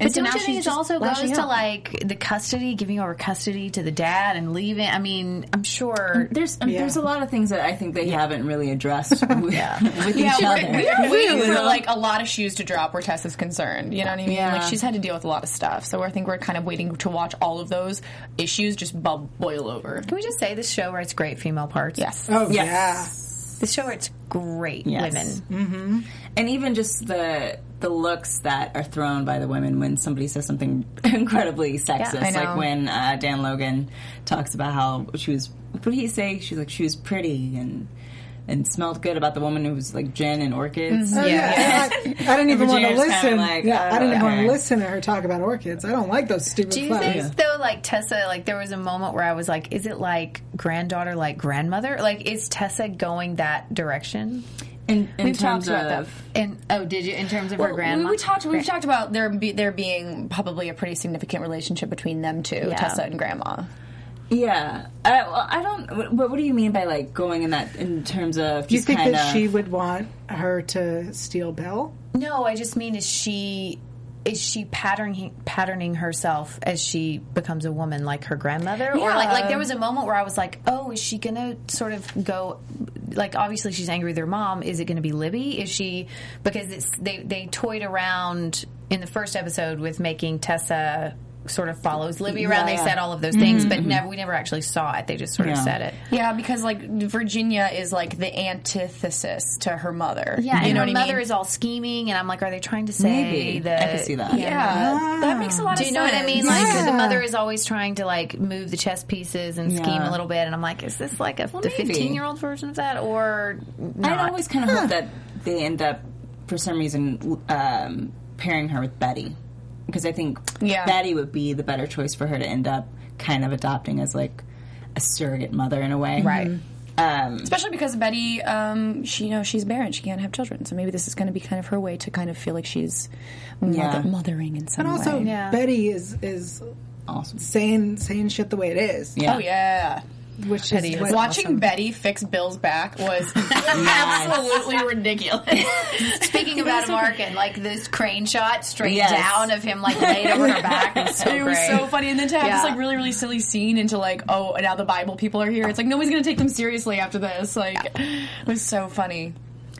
[SPEAKER 2] And
[SPEAKER 3] But
[SPEAKER 2] so
[SPEAKER 3] don't
[SPEAKER 2] now
[SPEAKER 3] you think
[SPEAKER 2] she's
[SPEAKER 3] it
[SPEAKER 2] just
[SPEAKER 3] also goes
[SPEAKER 2] lashing
[SPEAKER 3] to
[SPEAKER 2] out.
[SPEAKER 3] like the custody, giving over custody to the dad and leaving? I mean, I'm sure
[SPEAKER 1] there's um, there's a lot of things that I think they haven't really addressed with, with
[SPEAKER 2] Yeah,
[SPEAKER 1] each
[SPEAKER 2] we're,
[SPEAKER 1] other.
[SPEAKER 2] we're waiting for like a lot of shoes to drop where Tessa's concerned. You know what I mean?
[SPEAKER 1] Yeah.
[SPEAKER 2] Like she's had to deal with a lot of stuff, so I think we're kind of waiting to watch all of those issues just bub- boil over.
[SPEAKER 3] Can we just say this show writes great female parts?
[SPEAKER 2] Yes.
[SPEAKER 4] Oh
[SPEAKER 1] Yes.
[SPEAKER 3] This show writes great
[SPEAKER 1] Yes.
[SPEAKER 3] women.
[SPEAKER 1] and even just the the looks that are thrown by the women when somebody says something incredibly sexist,
[SPEAKER 2] I know.
[SPEAKER 1] like when uh, Dan Logan talks about how she was. What did he say? She's like she was pretty and and smelled good about the woman who was like gin and
[SPEAKER 2] Mm-hmm.
[SPEAKER 1] orchids. Oh,
[SPEAKER 4] yeah. yeah. I, I didn't even want to
[SPEAKER 1] Virginia's kinda
[SPEAKER 4] listen.
[SPEAKER 1] like,
[SPEAKER 4] yeah, I
[SPEAKER 1] uh,
[SPEAKER 4] didn't even want
[SPEAKER 1] okay.
[SPEAKER 4] to listen to her talk about orchids. I don't like those stupid
[SPEAKER 3] Do you
[SPEAKER 4] flowers.
[SPEAKER 3] think though, like Tessa, like there was a moment where I was like, is it like granddaughter, like grandmother? Like, is Tessa going that direction?
[SPEAKER 1] In, in
[SPEAKER 2] We've
[SPEAKER 1] terms
[SPEAKER 2] talked about that.
[SPEAKER 1] of
[SPEAKER 3] And oh, did you in terms of her
[SPEAKER 2] We,
[SPEAKER 3] grandma?
[SPEAKER 2] we talked. We've talked about there be, there being probably a pretty significant relationship between them two, Tessa and Grandma.
[SPEAKER 1] yeah, I, well, I don't. What, what do you mean by like going in that in terms of
[SPEAKER 4] Do you
[SPEAKER 1] just
[SPEAKER 4] think
[SPEAKER 1] kind
[SPEAKER 4] that
[SPEAKER 1] of
[SPEAKER 4] she would want her to steal Bill?
[SPEAKER 3] No, I just mean is she is she patterning patterning herself as she becomes a woman like her grandmother or like like there was a moment where I was like, "Oh, is she going to sort of go like obviously she's angry with her mom, is it going to be Libby? Is she because it's they they toyed around in the first episode with making Tessa sort of follows Libby around. They said all of those things, but never we never actually saw it. They just sort of
[SPEAKER 1] Yeah.
[SPEAKER 3] said it.
[SPEAKER 2] Yeah, because like Virginia is like the antithesis to her mother.
[SPEAKER 3] Yeah,
[SPEAKER 2] you
[SPEAKER 3] and
[SPEAKER 2] know
[SPEAKER 3] her
[SPEAKER 2] what I
[SPEAKER 3] mother
[SPEAKER 2] mean?
[SPEAKER 3] is all scheming, and I'm like, are they trying to say
[SPEAKER 1] maybe
[SPEAKER 3] that?
[SPEAKER 1] I could see that.
[SPEAKER 2] Yeah, that makes a lot
[SPEAKER 3] Do
[SPEAKER 2] of sense.
[SPEAKER 3] you know what I mean? Like
[SPEAKER 4] Yeah.
[SPEAKER 3] the mother is always trying to like move the chess pieces and scheme
[SPEAKER 1] Yeah.
[SPEAKER 3] a little bit, and I'm like, is this like a the
[SPEAKER 1] maybe.
[SPEAKER 3] 15 year old version of that or not?
[SPEAKER 1] I'd always kind of hope that they end up, for some reason, um, pairing her with Betty. Because I think
[SPEAKER 2] Yeah.
[SPEAKER 1] Betty would be the better choice for her to end up kind of adopting as like a surrogate mother in a way.
[SPEAKER 3] Right.
[SPEAKER 1] Um,
[SPEAKER 2] Especially because Betty, um, she you know she's barren, she can't have children, so maybe this is going to be kind of her way to kind of feel like she's mother-
[SPEAKER 1] Yeah.
[SPEAKER 2] mothering in some
[SPEAKER 4] And also,
[SPEAKER 2] way.
[SPEAKER 4] Betty is is
[SPEAKER 1] awesome.
[SPEAKER 4] saying saying shit the way it is,
[SPEAKER 1] Yeah.
[SPEAKER 2] Oh yeah.
[SPEAKER 4] which is
[SPEAKER 3] Betty is
[SPEAKER 4] what-
[SPEAKER 2] Watching Betty fix Bill's back was absolutely ridiculous.
[SPEAKER 3] Speaking of Adam Arkin, like this crane shot straight
[SPEAKER 1] Yes.
[SPEAKER 3] down of him like laid over her back was so
[SPEAKER 2] it
[SPEAKER 3] great.
[SPEAKER 2] was so funny, and then to have this
[SPEAKER 3] Yeah.
[SPEAKER 2] like really, really silly scene into like, oh, now the Bible people are here. It's like nobody's gonna take them seriously after this. Like, it was so funny.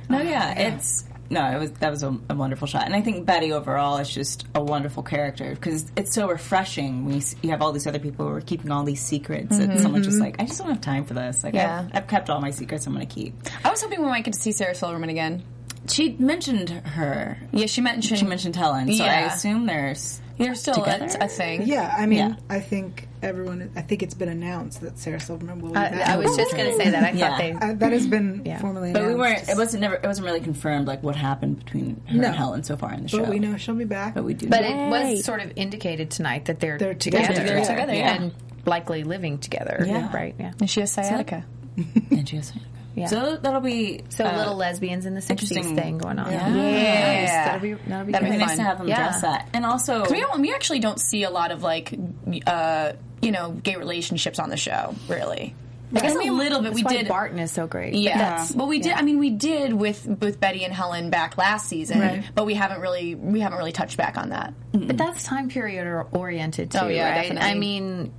[SPEAKER 1] No, yeah, it's no, it was that was a, a wonderful shot, and I think Betty overall is just a wonderful character because it's so refreshing. We you have all these other people who are keeping all these secrets, and someone's just like, I just don't have time for this. Like,
[SPEAKER 2] Yeah.
[SPEAKER 1] I've, I've kept all my secrets. I'm going to keep.
[SPEAKER 2] I was hoping we might get to see Sarah Silverman again.
[SPEAKER 1] She mentioned her.
[SPEAKER 2] Yeah, she mentioned
[SPEAKER 1] She mentioned Helen, so I
[SPEAKER 2] Yeah.
[SPEAKER 1] assume there's
[SPEAKER 2] they're still
[SPEAKER 1] together.
[SPEAKER 2] a, a thing.
[SPEAKER 4] Yeah, I mean,
[SPEAKER 1] Yeah.
[SPEAKER 4] I think everyone. I think it's been announced that Sarah Silverman will. Be back.
[SPEAKER 3] I, I was just going to say Uh, that. I
[SPEAKER 1] Yeah.
[SPEAKER 3] thought they.
[SPEAKER 4] Uh, that has been formally
[SPEAKER 1] But we
[SPEAKER 4] announced.
[SPEAKER 1] weren't. It wasn't never. It wasn't really confirmed like what happened between her
[SPEAKER 4] No.
[SPEAKER 1] and Helen so far in the show.
[SPEAKER 4] But we know she'll be back.
[SPEAKER 1] But we do.
[SPEAKER 3] But
[SPEAKER 1] know.
[SPEAKER 3] it was sort of indicated tonight that they're,
[SPEAKER 4] They're together.
[SPEAKER 3] together,
[SPEAKER 4] They're
[SPEAKER 1] together, yeah.
[SPEAKER 3] and likely living together.
[SPEAKER 1] Yeah.
[SPEAKER 3] Right. Yeah.
[SPEAKER 2] And she has sciatica.
[SPEAKER 1] and she has.
[SPEAKER 3] Yeah.
[SPEAKER 1] So that'll be
[SPEAKER 3] So
[SPEAKER 1] uh,
[SPEAKER 3] a little lesbians in the sixties
[SPEAKER 1] interesting.
[SPEAKER 3] thing going on.
[SPEAKER 1] Yeah.
[SPEAKER 3] Nice. That'll be that'll
[SPEAKER 2] That'd
[SPEAKER 3] be good.
[SPEAKER 2] be
[SPEAKER 1] It'd be nice to have them
[SPEAKER 3] Yeah.
[SPEAKER 1] dress that. And also,
[SPEAKER 2] we don't. We actually don't see a lot of like, uh, you know, gay relationships on the show. Really, I guess a little bit. We
[SPEAKER 3] That's why
[SPEAKER 2] did.
[SPEAKER 3] Barton is so great.
[SPEAKER 2] yeah. Well, we did. I mean, we did with with Betty and Helen back last season, but we haven't really we haven't really touched back on that.
[SPEAKER 3] But that's time period or oriented too,
[SPEAKER 2] Oh, yeah,
[SPEAKER 3] right?
[SPEAKER 2] definitely.
[SPEAKER 3] I mean,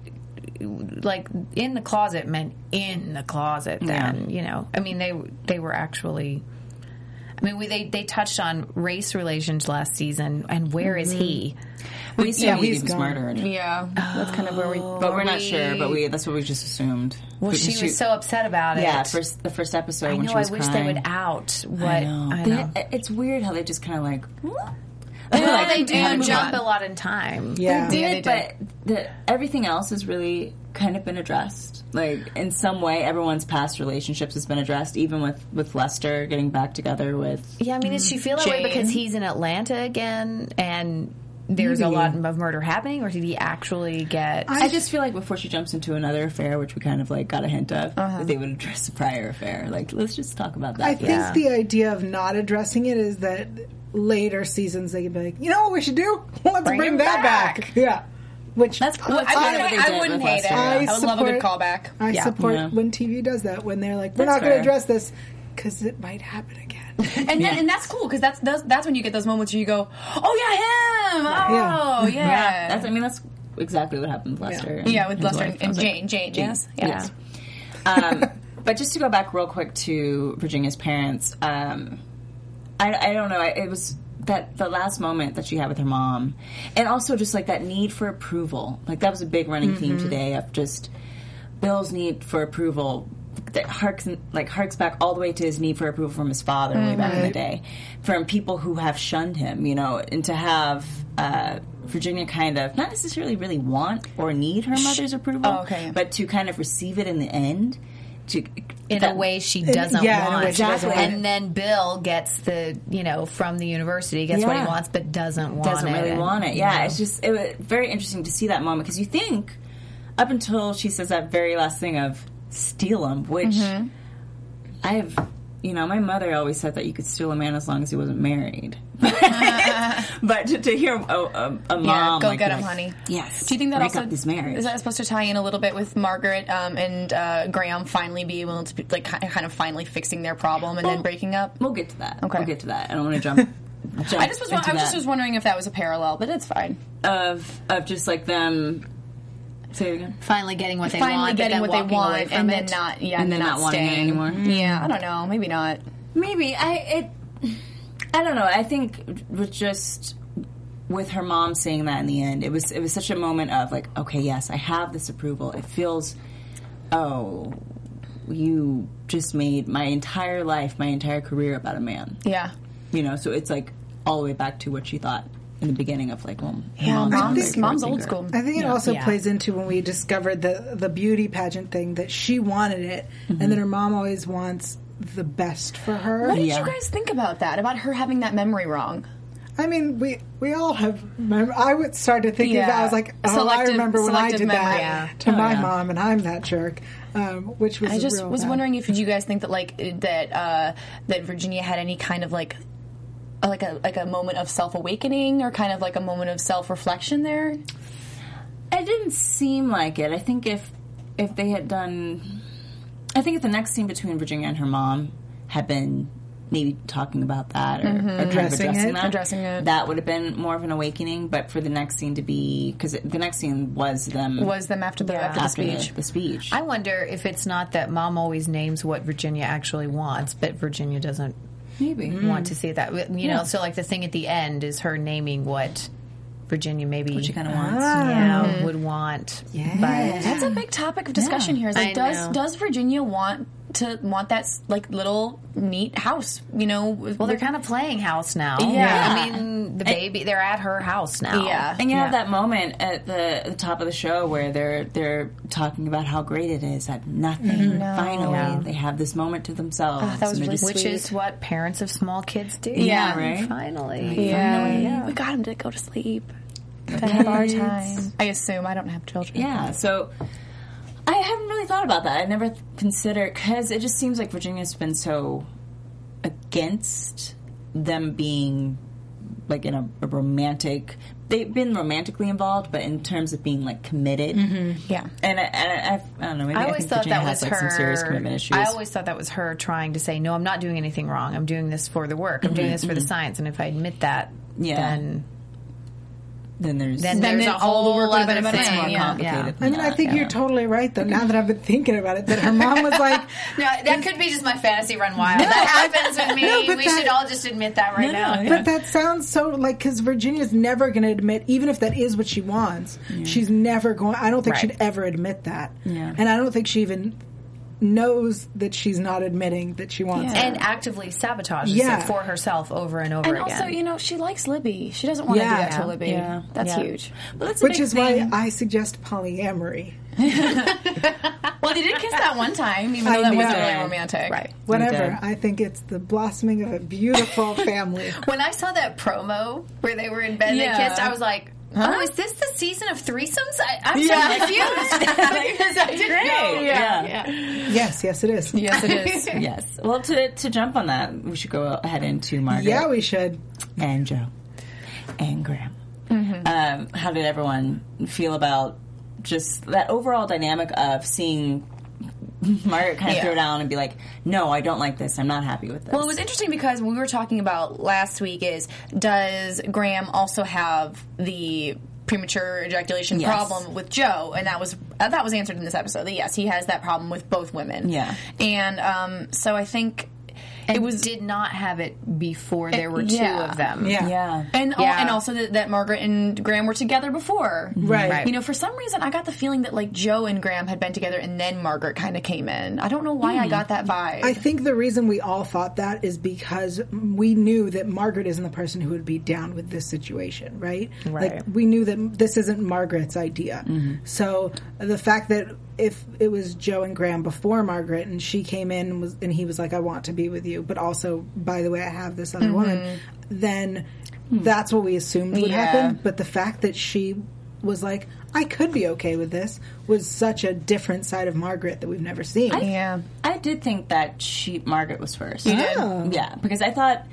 [SPEAKER 3] like in the closet meant in the closet. Then you know, I mean they they were actually. I mean, we, they they touched on race relations last season, and where is he?
[SPEAKER 1] we assume
[SPEAKER 4] yeah,
[SPEAKER 1] he
[SPEAKER 4] he's
[SPEAKER 1] was
[SPEAKER 4] gone.
[SPEAKER 1] murdered,
[SPEAKER 2] Yeah,
[SPEAKER 3] Oh.
[SPEAKER 2] that's kind of where we.
[SPEAKER 1] but we're not sure. But we that's what we just assumed.
[SPEAKER 3] Well, she, was so upset about it.
[SPEAKER 1] yeah. First, the first episode.
[SPEAKER 3] I
[SPEAKER 1] when
[SPEAKER 3] know.
[SPEAKER 1] she
[SPEAKER 3] I
[SPEAKER 1] was
[SPEAKER 3] wish
[SPEAKER 1] crying.
[SPEAKER 3] they would out what.
[SPEAKER 1] I know.
[SPEAKER 3] I
[SPEAKER 1] They-
[SPEAKER 3] know.
[SPEAKER 1] it's weird how they just kind of like.
[SPEAKER 3] Well, they
[SPEAKER 1] how to
[SPEAKER 3] do
[SPEAKER 1] move
[SPEAKER 3] jump
[SPEAKER 1] on.
[SPEAKER 3] a lot in time.
[SPEAKER 4] yeah.
[SPEAKER 1] did, but the, everything else has really kind of been addressed. Like in some way, everyone's past relationships has been addressed. Even with with Lester getting back together with
[SPEAKER 3] Yeah, I mean, does she feel that way
[SPEAKER 2] Jane.
[SPEAKER 3] because he's in Atlanta again and there's a lot of murder happening, or did he actually get?
[SPEAKER 1] I just feel like before she jumps into another affair, which we kind of like got a hint of, that they would address the prior affair. Like, let's just talk about that.
[SPEAKER 4] I think the idea of not addressing it is that later seasons they can be like, you know what we should do? Let's bring,
[SPEAKER 3] him
[SPEAKER 4] that back.
[SPEAKER 3] back.
[SPEAKER 4] Yeah. Which
[SPEAKER 1] that's cool.
[SPEAKER 2] I,
[SPEAKER 4] I-
[SPEAKER 2] wouldn't- I wouldn't hate it.
[SPEAKER 4] I
[SPEAKER 2] I, would love a good
[SPEAKER 4] support-
[SPEAKER 2] callback.
[SPEAKER 4] I support
[SPEAKER 1] Yeah.
[SPEAKER 4] when TV does that when they're like, we're
[SPEAKER 1] That's
[SPEAKER 4] not going to
[SPEAKER 1] fair.
[SPEAKER 4] address this because it might happen again.
[SPEAKER 2] And then, and that's cool because that's, that's that's when you get those moments where you go, oh yeah, him, oh yeah, yeah.
[SPEAKER 1] That's, I mean, that's exactly what happened with Lester. and
[SPEAKER 2] with
[SPEAKER 1] his
[SPEAKER 2] Lester
[SPEAKER 1] wife.
[SPEAKER 2] and,
[SPEAKER 1] I
[SPEAKER 2] and
[SPEAKER 1] was like,
[SPEAKER 2] Jane, Jane, yes, yeah.
[SPEAKER 1] Yes. Um, but just to go back real quick to Virginia's parents, um, I, I don't know. I, it was that the last moment that she had with her mom, and also just like that need for approval. Like that was a big running theme
[SPEAKER 2] Mm-hmm.
[SPEAKER 1] today of just Bill's need for approval. That harks like harks back all the way to his need for approval from his father way back in
[SPEAKER 2] Mm-hmm.
[SPEAKER 1] the day, from people who have shunned him, you know, and to have uh, Virginia kind of not necessarily really want or need her mother's approval,
[SPEAKER 2] Oh, okay.
[SPEAKER 1] but to kind of receive it in the end, to
[SPEAKER 3] in a way she doesn't
[SPEAKER 4] yeah, in a
[SPEAKER 3] want.
[SPEAKER 4] way she doesn't
[SPEAKER 1] Exactly. want
[SPEAKER 3] And then Bill gets the, you know, from the university, gets what he
[SPEAKER 1] Yeah.
[SPEAKER 3] wants, but doesn't want
[SPEAKER 1] doesn't
[SPEAKER 3] it.
[SPEAKER 1] really
[SPEAKER 3] And-
[SPEAKER 1] want it. Yeah, it's just it was very interesting to see that moment because you think up until she says that very last thing of steal him, which
[SPEAKER 2] Mm-hmm.
[SPEAKER 1] I have. You know, my mother always said that you could steal a man as long as he wasn't married. but to, to hear a, a, a mom,
[SPEAKER 2] go
[SPEAKER 1] like,
[SPEAKER 2] get
[SPEAKER 1] be
[SPEAKER 2] him,
[SPEAKER 1] like,
[SPEAKER 2] honey.
[SPEAKER 1] Yes.
[SPEAKER 2] Do you think that
[SPEAKER 1] break
[SPEAKER 2] also
[SPEAKER 1] up this marriage?
[SPEAKER 2] is that supposed to tie in a little bit with Margaret um, and uh, Graham finally being able to be, like ki- kind of finally fixing their problem and then breaking up?
[SPEAKER 1] we'll get to that.
[SPEAKER 2] Okay.
[SPEAKER 1] We'll get to that. I don't want to jump. jump
[SPEAKER 2] I just was
[SPEAKER 1] into
[SPEAKER 2] I was just
[SPEAKER 1] that.
[SPEAKER 2] was wondering if that was a parallel, but it's fine.
[SPEAKER 1] of of just like them. Say it again.
[SPEAKER 3] Finally getting what they
[SPEAKER 2] finally
[SPEAKER 3] want, but
[SPEAKER 2] getting
[SPEAKER 3] then
[SPEAKER 2] what they
[SPEAKER 3] walking away
[SPEAKER 2] want
[SPEAKER 3] from
[SPEAKER 2] and
[SPEAKER 3] it.
[SPEAKER 2] then not yeah
[SPEAKER 1] And then not wanting it
[SPEAKER 2] staying Mm.
[SPEAKER 1] anymore.
[SPEAKER 2] Yeah, I don't know, maybe not.
[SPEAKER 1] Maybe I it. I don't know. I think with just with her mom saying that in the end, it was it was such a moment of like, okay, yes, I have this approval. It feels, oh, you just made my entire life, my entire career about a man.
[SPEAKER 2] Yeah.
[SPEAKER 1] You know, so it's like all the way back to what she thought in the beginning of like, well,
[SPEAKER 2] Yeah,
[SPEAKER 1] not
[SPEAKER 4] think
[SPEAKER 1] a
[SPEAKER 2] mom's, mom's
[SPEAKER 1] forward thinker.
[SPEAKER 2] old school.
[SPEAKER 4] I think it also
[SPEAKER 3] Yeah.
[SPEAKER 4] plays into when we discovered the, the beauty pageant thing that she wanted it and that her mom always wants the best for her.
[SPEAKER 2] What did
[SPEAKER 1] Yeah.
[SPEAKER 2] you guys think about that? About her having that memory wrong?
[SPEAKER 4] I mean, we we all have. Mem- I would start to think of that. I
[SPEAKER 2] Yeah.
[SPEAKER 4] was like, oh, I
[SPEAKER 2] Selective-
[SPEAKER 4] remember when I
[SPEAKER 2] selective
[SPEAKER 4] did
[SPEAKER 2] memory,
[SPEAKER 4] that
[SPEAKER 2] yeah.
[SPEAKER 4] to my mom, and I'm that jerk. Um, which was
[SPEAKER 2] I just
[SPEAKER 4] real
[SPEAKER 2] was
[SPEAKER 4] bad.
[SPEAKER 2] wondering if you guys think that like that uh, that Virginia had any kind of like uh, like a like a moment of self awakening or kind of like a moment of self reflection there.
[SPEAKER 1] It didn't seem like it. I think if if they had done, I think if the next scene between Virginia and her mom had been maybe talking about that or, or kind of addressing
[SPEAKER 4] Addressing it.
[SPEAKER 1] that,
[SPEAKER 2] Mm-hmm. Addressing it.
[SPEAKER 1] that would have been more of an awakening. But for the next scene to be, because the next scene was them
[SPEAKER 2] Was them after the after the
[SPEAKER 1] after
[SPEAKER 2] speech?
[SPEAKER 1] The, speech.
[SPEAKER 3] I wonder if it's not that mom always names what Virginia actually wants, but Virginia doesn't
[SPEAKER 4] Maybe.
[SPEAKER 3] want to see that. You know, so like the thing at the end is her naming what Virginia maybe uh,
[SPEAKER 1] She kind of wants.
[SPEAKER 3] yeah, would want. Yeah. But
[SPEAKER 2] That's a big topic of discussion here. Is like,
[SPEAKER 3] I
[SPEAKER 2] does
[SPEAKER 3] know.
[SPEAKER 2] does Virginia want to want that s- like little neat house? You know,
[SPEAKER 3] well, they're kind of playing house now.
[SPEAKER 2] Yeah.
[SPEAKER 3] I mean, the baby, they're at her house now.
[SPEAKER 2] Yeah.
[SPEAKER 1] And you have that moment at the, the top of the show where they're they're talking about how great it is that nothing. Finally, they have this moment to themselves.
[SPEAKER 2] Mm-hmm. Ah, that was
[SPEAKER 1] and they're
[SPEAKER 2] really
[SPEAKER 1] just-
[SPEAKER 3] Which is what parents of small kids do.
[SPEAKER 2] Yeah.
[SPEAKER 1] Right.
[SPEAKER 3] Finally.
[SPEAKER 5] uh,
[SPEAKER 2] yeah. We got him to go to sleep. To have our time. I assume I don't have children.
[SPEAKER 1] Yeah, so I haven't really thought about that. I never th- considered because it just seems like Virginia's been so against them being like in a, a romantic. They've been romantically involved, but in terms of being like committed,
[SPEAKER 2] Yeah.
[SPEAKER 1] and I, and I, I don't know. Maybe I,
[SPEAKER 3] Mm-hmm. I always
[SPEAKER 1] think
[SPEAKER 3] thought
[SPEAKER 1] Virginia
[SPEAKER 3] that was
[SPEAKER 1] has, like,
[SPEAKER 3] her.
[SPEAKER 1] some serious commitment issues.
[SPEAKER 3] I always thought that was her trying to say, "No, I'm not doing anything wrong. I'm doing this for the work. I'm doing this for the science." And if I admit that,
[SPEAKER 1] Yeah.
[SPEAKER 3] then
[SPEAKER 1] then there's
[SPEAKER 3] then,
[SPEAKER 2] Then
[SPEAKER 3] there's
[SPEAKER 2] then
[SPEAKER 3] a whole
[SPEAKER 2] all the work would've
[SPEAKER 3] other
[SPEAKER 2] been about
[SPEAKER 3] thing.
[SPEAKER 2] it. It's more
[SPEAKER 3] yeah.
[SPEAKER 1] complicated
[SPEAKER 3] yeah.
[SPEAKER 1] than
[SPEAKER 4] I mean, I
[SPEAKER 1] that,
[SPEAKER 4] think
[SPEAKER 1] yeah.
[SPEAKER 4] you're totally right, though, now that I've been thinking about it, that her mom was like,
[SPEAKER 3] No, that could be just my fantasy run wild. that happens with me.
[SPEAKER 4] No, but
[SPEAKER 3] we
[SPEAKER 4] that-
[SPEAKER 3] should all just admit that right now.
[SPEAKER 4] But that sounds so like because Virginia's never going to admit, even if that is what she wants, she's never going. I don't think
[SPEAKER 3] Right.
[SPEAKER 4] she'd ever admit that.
[SPEAKER 1] Yeah.
[SPEAKER 4] and I don't think she even knows that she's not admitting that she wants.
[SPEAKER 3] And actively sabotages
[SPEAKER 4] Yeah.
[SPEAKER 3] it for herself over and over
[SPEAKER 2] And
[SPEAKER 3] again.
[SPEAKER 2] also, you know, she likes Libby. She doesn't want to
[SPEAKER 4] Yeah.
[SPEAKER 2] do that to Libby.
[SPEAKER 1] Yeah.
[SPEAKER 2] That's
[SPEAKER 3] Yeah.
[SPEAKER 2] huge.
[SPEAKER 1] Well, that's a
[SPEAKER 4] Which
[SPEAKER 1] big
[SPEAKER 4] is
[SPEAKER 1] thing.
[SPEAKER 4] why I suggest polyamory.
[SPEAKER 2] Well, they did kiss that one time, even
[SPEAKER 4] I
[SPEAKER 2] though that wasn't
[SPEAKER 4] know.
[SPEAKER 2] really romantic. Right.
[SPEAKER 4] Whatever. I think it's the blossoming of a beautiful family.
[SPEAKER 3] when I saw that promo where they were in bed and
[SPEAKER 2] Yeah.
[SPEAKER 3] they kissed, I was like, "Oh, is this the season of threesomes?" I, I'm
[SPEAKER 2] Yeah.
[SPEAKER 3] so confused. Because I didn't know.
[SPEAKER 1] yeah.
[SPEAKER 4] yes, yes, it is. Yeah,
[SPEAKER 2] Yes, it is.
[SPEAKER 1] Yes. Well, to to jump on that, we should go ahead into Margaret
[SPEAKER 4] we should.
[SPEAKER 1] and Joe and Graham. Um, how did everyone feel about just that overall dynamic of seeing Margaret kind of throw down and be like, "No, I don't like this. I'm not happy with this."
[SPEAKER 2] Well, it was interesting because we were talking about last week is does Graham also have the premature ejaculation
[SPEAKER 1] Yes.
[SPEAKER 2] problem with Joe? And that was uh, that was answered in this episode. That yes, he has that problem with both women.
[SPEAKER 1] Yeah.
[SPEAKER 2] and um, so I think
[SPEAKER 3] It was did not have it before there were two
[SPEAKER 2] yeah.
[SPEAKER 3] of them.
[SPEAKER 4] Yeah.
[SPEAKER 1] yeah.
[SPEAKER 2] And, al-
[SPEAKER 3] Yeah.
[SPEAKER 2] and also that, that Margaret and Graham were together before.
[SPEAKER 4] Right. Right.
[SPEAKER 2] You know, for some reason, I got the feeling that, like, Joe and Graham had been together and then Margaret kind of came in. I don't know why I got that vibe.
[SPEAKER 4] I think the reason we all thought that is because we knew that Margaret isn't the person who would be down with this situation, right?
[SPEAKER 3] Right.
[SPEAKER 4] Like we knew that this isn't Margaret's idea. So the fact that if it was Joe and Graham before Margaret and she came in and was and he was like I want to be with you, but also by the way I have this other woman, then that's what we assumed would happen, but the fact that she was like I could be okay with this was such a different side of Margaret that we've never seen.
[SPEAKER 2] yeah.
[SPEAKER 1] I did think that she Margaret was first.
[SPEAKER 4] did? Oh.
[SPEAKER 1] Yeah, because I thought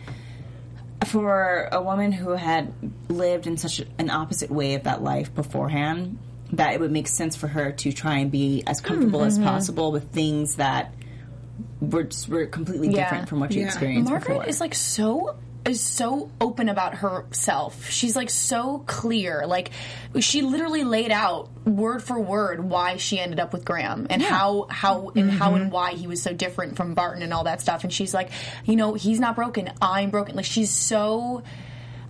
[SPEAKER 1] for a woman who had lived in such an opposite way of that life beforehand, that it would make sense for her to try and be as comfortable
[SPEAKER 2] Mm-hmm.
[SPEAKER 1] as possible with things that were just, were completely different from what she experienced
[SPEAKER 2] Margaret
[SPEAKER 1] before.
[SPEAKER 2] is like so is so open about herself. She's like so clear. Like she literally laid out word for word why she ended up with Graham and how how and how and why he was so different from Barton and all that stuff. And she's like, you know, he's not broken. I'm broken. Like she's so.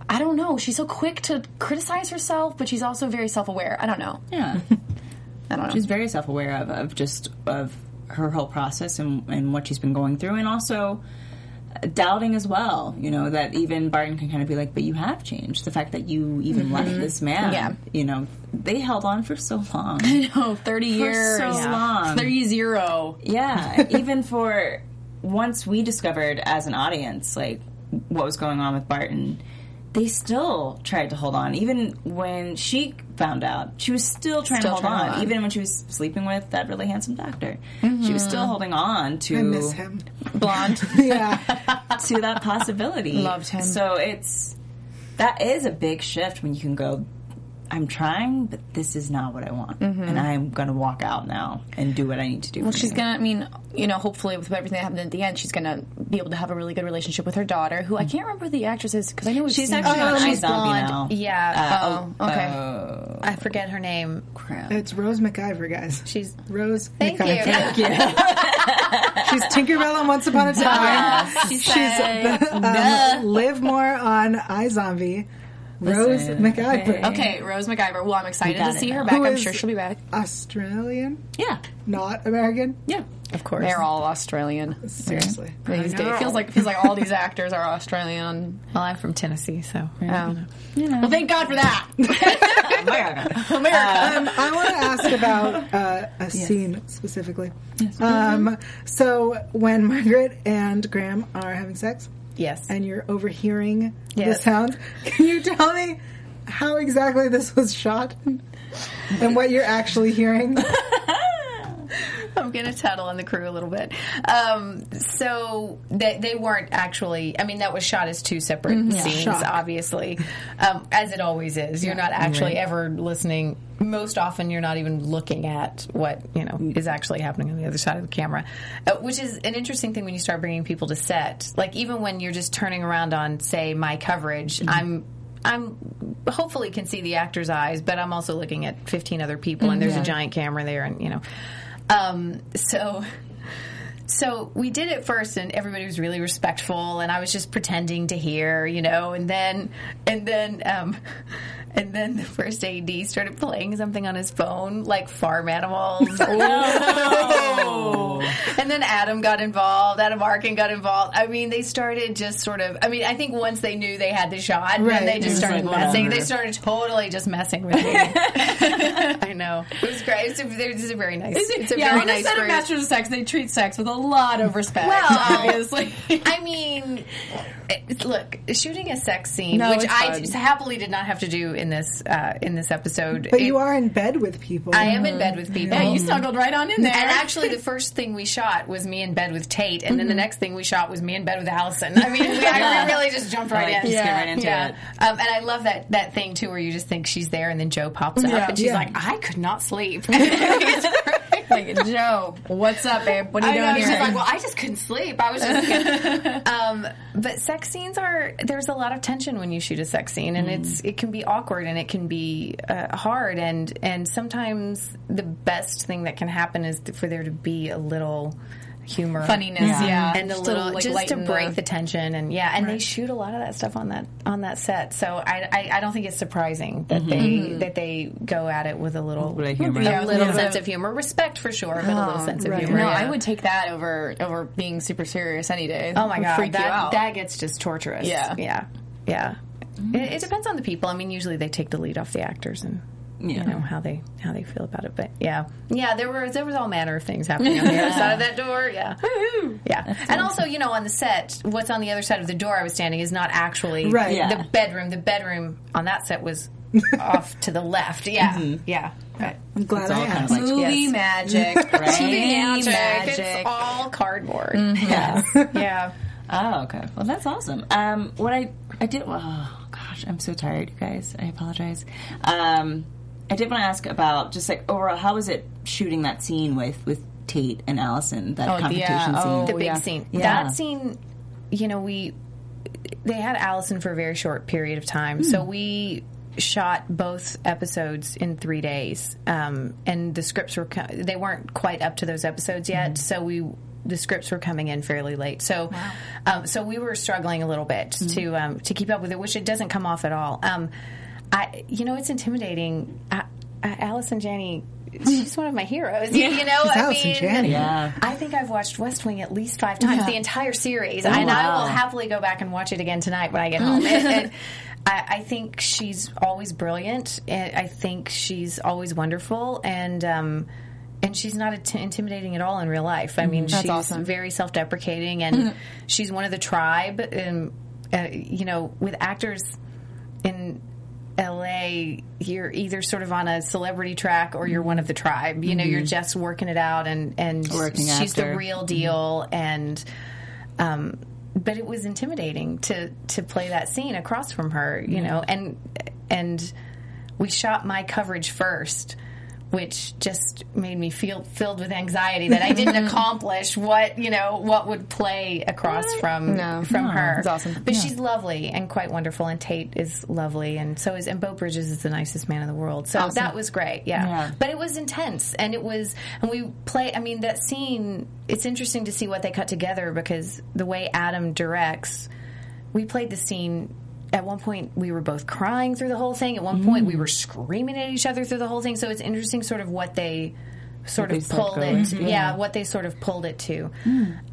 [SPEAKER 2] I don't know. She's so quick to criticize herself, but she's also very self-aware. I don't know.
[SPEAKER 1] yeah,
[SPEAKER 2] I don't know.
[SPEAKER 1] she's very self aware of, of just of her whole process and and what she's been going through, and also. doubting as well. You know that even Barton can kind of be like, "But you have changed. The fact that you even left this man.
[SPEAKER 2] Yeah.
[SPEAKER 1] You know, they held on for so long.
[SPEAKER 2] oh, 30 years.
[SPEAKER 1] so long.
[SPEAKER 2] 30 zero.
[SPEAKER 1] yeah. even for once we discovered as an audience, like what was going on with Barton. They still tried to hold on, even when she found out. She was still trying
[SPEAKER 2] Still
[SPEAKER 1] to hold
[SPEAKER 2] trying to
[SPEAKER 1] on,
[SPEAKER 2] hold on.
[SPEAKER 1] even when she was sleeping with that really handsome doctor. She was
[SPEAKER 2] Mm-hmm.
[SPEAKER 1] still holding on to
[SPEAKER 4] I miss him.
[SPEAKER 2] Blonde.
[SPEAKER 4] Yeah.
[SPEAKER 1] to that possibility.
[SPEAKER 2] Loved him.
[SPEAKER 1] So it's that is a big shift when you can go. I'm trying, but this is not what I want, and I'm gonna walk out now and do what I need to do.
[SPEAKER 2] Mm-hmm. Well, she's gonna. I mean, you know, hopefully with everything that happened at the end, she's gonna be able to have a really good relationship with her daughter, who I can't remember the actresses because I know we've
[SPEAKER 3] She's
[SPEAKER 2] seen
[SPEAKER 3] actually
[SPEAKER 2] her.
[SPEAKER 3] on
[SPEAKER 1] she's
[SPEAKER 3] She's
[SPEAKER 1] zombie
[SPEAKER 3] Blonde.
[SPEAKER 1] now.
[SPEAKER 3] Yeah.
[SPEAKER 2] Oh, okay.
[SPEAKER 3] I forget her name.
[SPEAKER 4] It's Rose McIver, guys.
[SPEAKER 3] She's
[SPEAKER 4] Rose
[SPEAKER 3] Thank
[SPEAKER 4] McIver.
[SPEAKER 3] you.
[SPEAKER 4] Thank you. She's Tinkerbell on Once Upon a Time.
[SPEAKER 3] she's
[SPEAKER 4] She's the, um, Live More on iZombie. Rose McIver.
[SPEAKER 2] okay, Rose McIver. Well, I'm excited
[SPEAKER 1] got
[SPEAKER 2] to
[SPEAKER 1] it
[SPEAKER 2] see her
[SPEAKER 1] now.
[SPEAKER 2] back.
[SPEAKER 4] Who
[SPEAKER 2] I'm
[SPEAKER 4] is-
[SPEAKER 2] sure she'll be back.
[SPEAKER 4] Australian,
[SPEAKER 2] Yeah,
[SPEAKER 4] not American.
[SPEAKER 2] yeah.
[SPEAKER 3] of course.
[SPEAKER 2] They're all Australian
[SPEAKER 4] Seriously.
[SPEAKER 2] these days. Feels like feels like all these actors are Australian.
[SPEAKER 3] Well, I'm from Tennessee, so Um,
[SPEAKER 2] Well, thank God for that. America.
[SPEAKER 4] Um, I want to ask about uh, a scene specifically. Um, so when Margaret and Graham are having sex,
[SPEAKER 3] yes.
[SPEAKER 4] and you're overhearing the
[SPEAKER 3] Yes.
[SPEAKER 4] sounds, can you tell me how exactly this was shot and what you're actually hearing?
[SPEAKER 3] I'm going to tattle on the crew a little bit. Um, so they, they weren't actually. I mean, that was shot as two separate scenes,
[SPEAKER 4] Shock.
[SPEAKER 3] obviously, um, as it always is. You're not actually ever listening. Most often, you're not even looking at what you know is actually happening on the other side of the camera, uh, which is an interesting thing when you start bringing people to set. Like even when you're just turning around on, say, my coverage, I'm I'm hopefully can see the actor's eyes, but I'm also looking at 15 other people, and there's a giant camera there, and you know, um, so. So we did it first, and everybody was really respectful, and I was just pretending to hear, you know. And then, and then, um, and then the first AD started playing something on his phone, like farm animals.
[SPEAKER 4] Oh,
[SPEAKER 3] and then Adam got involved. Adam Arkin got involved. I mean, they started just sort of. I mean, I think once they knew they had the shot,
[SPEAKER 4] Right.
[SPEAKER 3] then they
[SPEAKER 4] It was
[SPEAKER 3] just started
[SPEAKER 1] like,
[SPEAKER 3] messing.
[SPEAKER 1] whatever.
[SPEAKER 3] They started totally just messing with me. I know it was great. It's a, it's a very nice. It's a
[SPEAKER 2] yeah,
[SPEAKER 3] very
[SPEAKER 2] on
[SPEAKER 3] nice
[SPEAKER 2] the set of
[SPEAKER 3] group.
[SPEAKER 2] Masters of Sex, they treat sex with a lot of respect.
[SPEAKER 3] Well, um,
[SPEAKER 2] obviously.
[SPEAKER 3] I mean, it's- look, shooting a sex scene,
[SPEAKER 2] No,
[SPEAKER 3] which
[SPEAKER 2] it's
[SPEAKER 3] I
[SPEAKER 2] fun.
[SPEAKER 3] d- happily did not have to do in this uh, in this episode.
[SPEAKER 4] But
[SPEAKER 3] It-
[SPEAKER 4] you are in bed with people.
[SPEAKER 3] I am in bed with people.
[SPEAKER 2] yeah, you snuggled right on in there.
[SPEAKER 3] and actually, the first thing we shot was me in bed with Tate, and then
[SPEAKER 2] Mm-hmm.
[SPEAKER 3] the next thing we shot was me in bed with Allison. I mean, we, I, we really just jumped right
[SPEAKER 1] Like,
[SPEAKER 3] in.
[SPEAKER 1] just get right into it.
[SPEAKER 3] Um, and I love that that thing too, where you just think she's there, and then Joe pops up,
[SPEAKER 2] Yeah.
[SPEAKER 3] and she's
[SPEAKER 4] Yeah.
[SPEAKER 3] like, "I could not sleep."
[SPEAKER 2] like, Joe, what's up, babe? What are you
[SPEAKER 3] I know,
[SPEAKER 2] doing
[SPEAKER 3] she's
[SPEAKER 2] here?
[SPEAKER 3] like, well, I just couldn't sleep. I was just. um, but sex scenes are there's a lot of tension when you shoot a sex scene, and it's
[SPEAKER 2] Mm.
[SPEAKER 3] it can be awkward and it can be uh, hard, and and sometimes the best thing that can happen is for there to be a little humor,
[SPEAKER 2] Funniness, Yeah. yeah.
[SPEAKER 3] and a
[SPEAKER 2] Just to,
[SPEAKER 3] little
[SPEAKER 2] like,
[SPEAKER 3] just to
[SPEAKER 2] lighten
[SPEAKER 3] break
[SPEAKER 2] the-
[SPEAKER 3] the, tension, and yeah, and they shoot a lot of that stuff on that on that set. So I I, I don't think it's surprising
[SPEAKER 2] Mm-hmm.
[SPEAKER 3] that they that they go at it with a little
[SPEAKER 1] With a humor.
[SPEAKER 3] a little sense of humor, respect for sure, but a little sense of humor.
[SPEAKER 2] Oh, No,
[SPEAKER 3] yeah.
[SPEAKER 2] I would take that over over being super serious any day.
[SPEAKER 3] Oh my
[SPEAKER 2] Would
[SPEAKER 3] god,
[SPEAKER 2] freak
[SPEAKER 3] that
[SPEAKER 2] you out.
[SPEAKER 3] that gets just torturous.
[SPEAKER 2] Yeah.
[SPEAKER 3] yeah, yeah. It, it depends on the people. I mean, usually they take the lead off the actors and
[SPEAKER 1] Yeah.
[SPEAKER 3] you know how they how they feel about it. But yeah, yeah, there were there was all manner of things happening on the other side of that door. Yeah, yeah, and also you know on the set, what's on the other side of the door I was standing is not actually
[SPEAKER 4] Right.
[SPEAKER 3] the
[SPEAKER 1] Yeah.
[SPEAKER 3] bedroom. The bedroom on that set was off to the left. Yeah, yeah. But
[SPEAKER 4] I'm glad I
[SPEAKER 1] all kind of
[SPEAKER 4] asked.
[SPEAKER 1] like-
[SPEAKER 2] movie
[SPEAKER 3] Yes.
[SPEAKER 2] magic, right?
[SPEAKER 3] Magic. It's all cardboard. Yeah. yeah.
[SPEAKER 1] Oh, okay. Well, that's awesome. Um, what I I did. Oh gosh, I'm so tired, you guys. I apologize. Um, I did want to ask about just like overall, how was it shooting that scene with with Tate and Allison? That confrontation
[SPEAKER 2] yeah.
[SPEAKER 1] scene.
[SPEAKER 2] Oh,
[SPEAKER 3] the big
[SPEAKER 2] yeah.
[SPEAKER 3] scene.
[SPEAKER 1] Yeah.
[SPEAKER 3] That scene, you know, we they had Allison for a very short period of time, so we shot both episodes in three days, um, and the scripts were co- they weren't quite up to those episodes yet, so we. The scripts were coming in fairly late, so um, so we were struggling a little bit to um, to keep up with it, which it doesn't come off at all. Um, I, you know, it's intimidating. I, I, Allison Janney, she's one of my heroes. You know, I
[SPEAKER 4] Allison
[SPEAKER 3] mean,
[SPEAKER 4] Janney. Yeah.
[SPEAKER 3] I think I've watched West Wing at least five times, the entire series, and I will happily go back and watch it again tonight when I get home. And- and I, I think she's always brilliant. And I think she's always wonderful, and um, and she's not int- intimidating at all in real life. I mean, she's very self deprecating, and she's one of the tribe. And uh, you know, with actors in LA, you're either sort of on a celebrity track or you're one of the tribe. You know, you're just working it out, and and
[SPEAKER 1] Mm-hmm. Working
[SPEAKER 3] she's
[SPEAKER 1] after. Mm-hmm.
[SPEAKER 3] the real deal. And, um, but it was
[SPEAKER 1] Mm-hmm.
[SPEAKER 3] intimidating to to play that scene across from her. You know, and and we shot my coverage first. Which just made me feel filled with anxiety that I didn't accomplish what you know what would play across from from her.
[SPEAKER 2] it's awesome.
[SPEAKER 3] but she's lovely and quite wonderful, and Tate is lovely, and so is and Bo Bridges is the nicest man in the world. So that was great, yeah. But it was intense, and it was, and we play. I mean, that scene. It's interesting to see what they cut together because the way Adam directs, we played the scene. At one point, we were both crying through the whole thing. At one point, we were screaming at each other through the whole thing. So it's interesting, sort of what they sort of pulled it. Yeah. what they sort of pulled it to.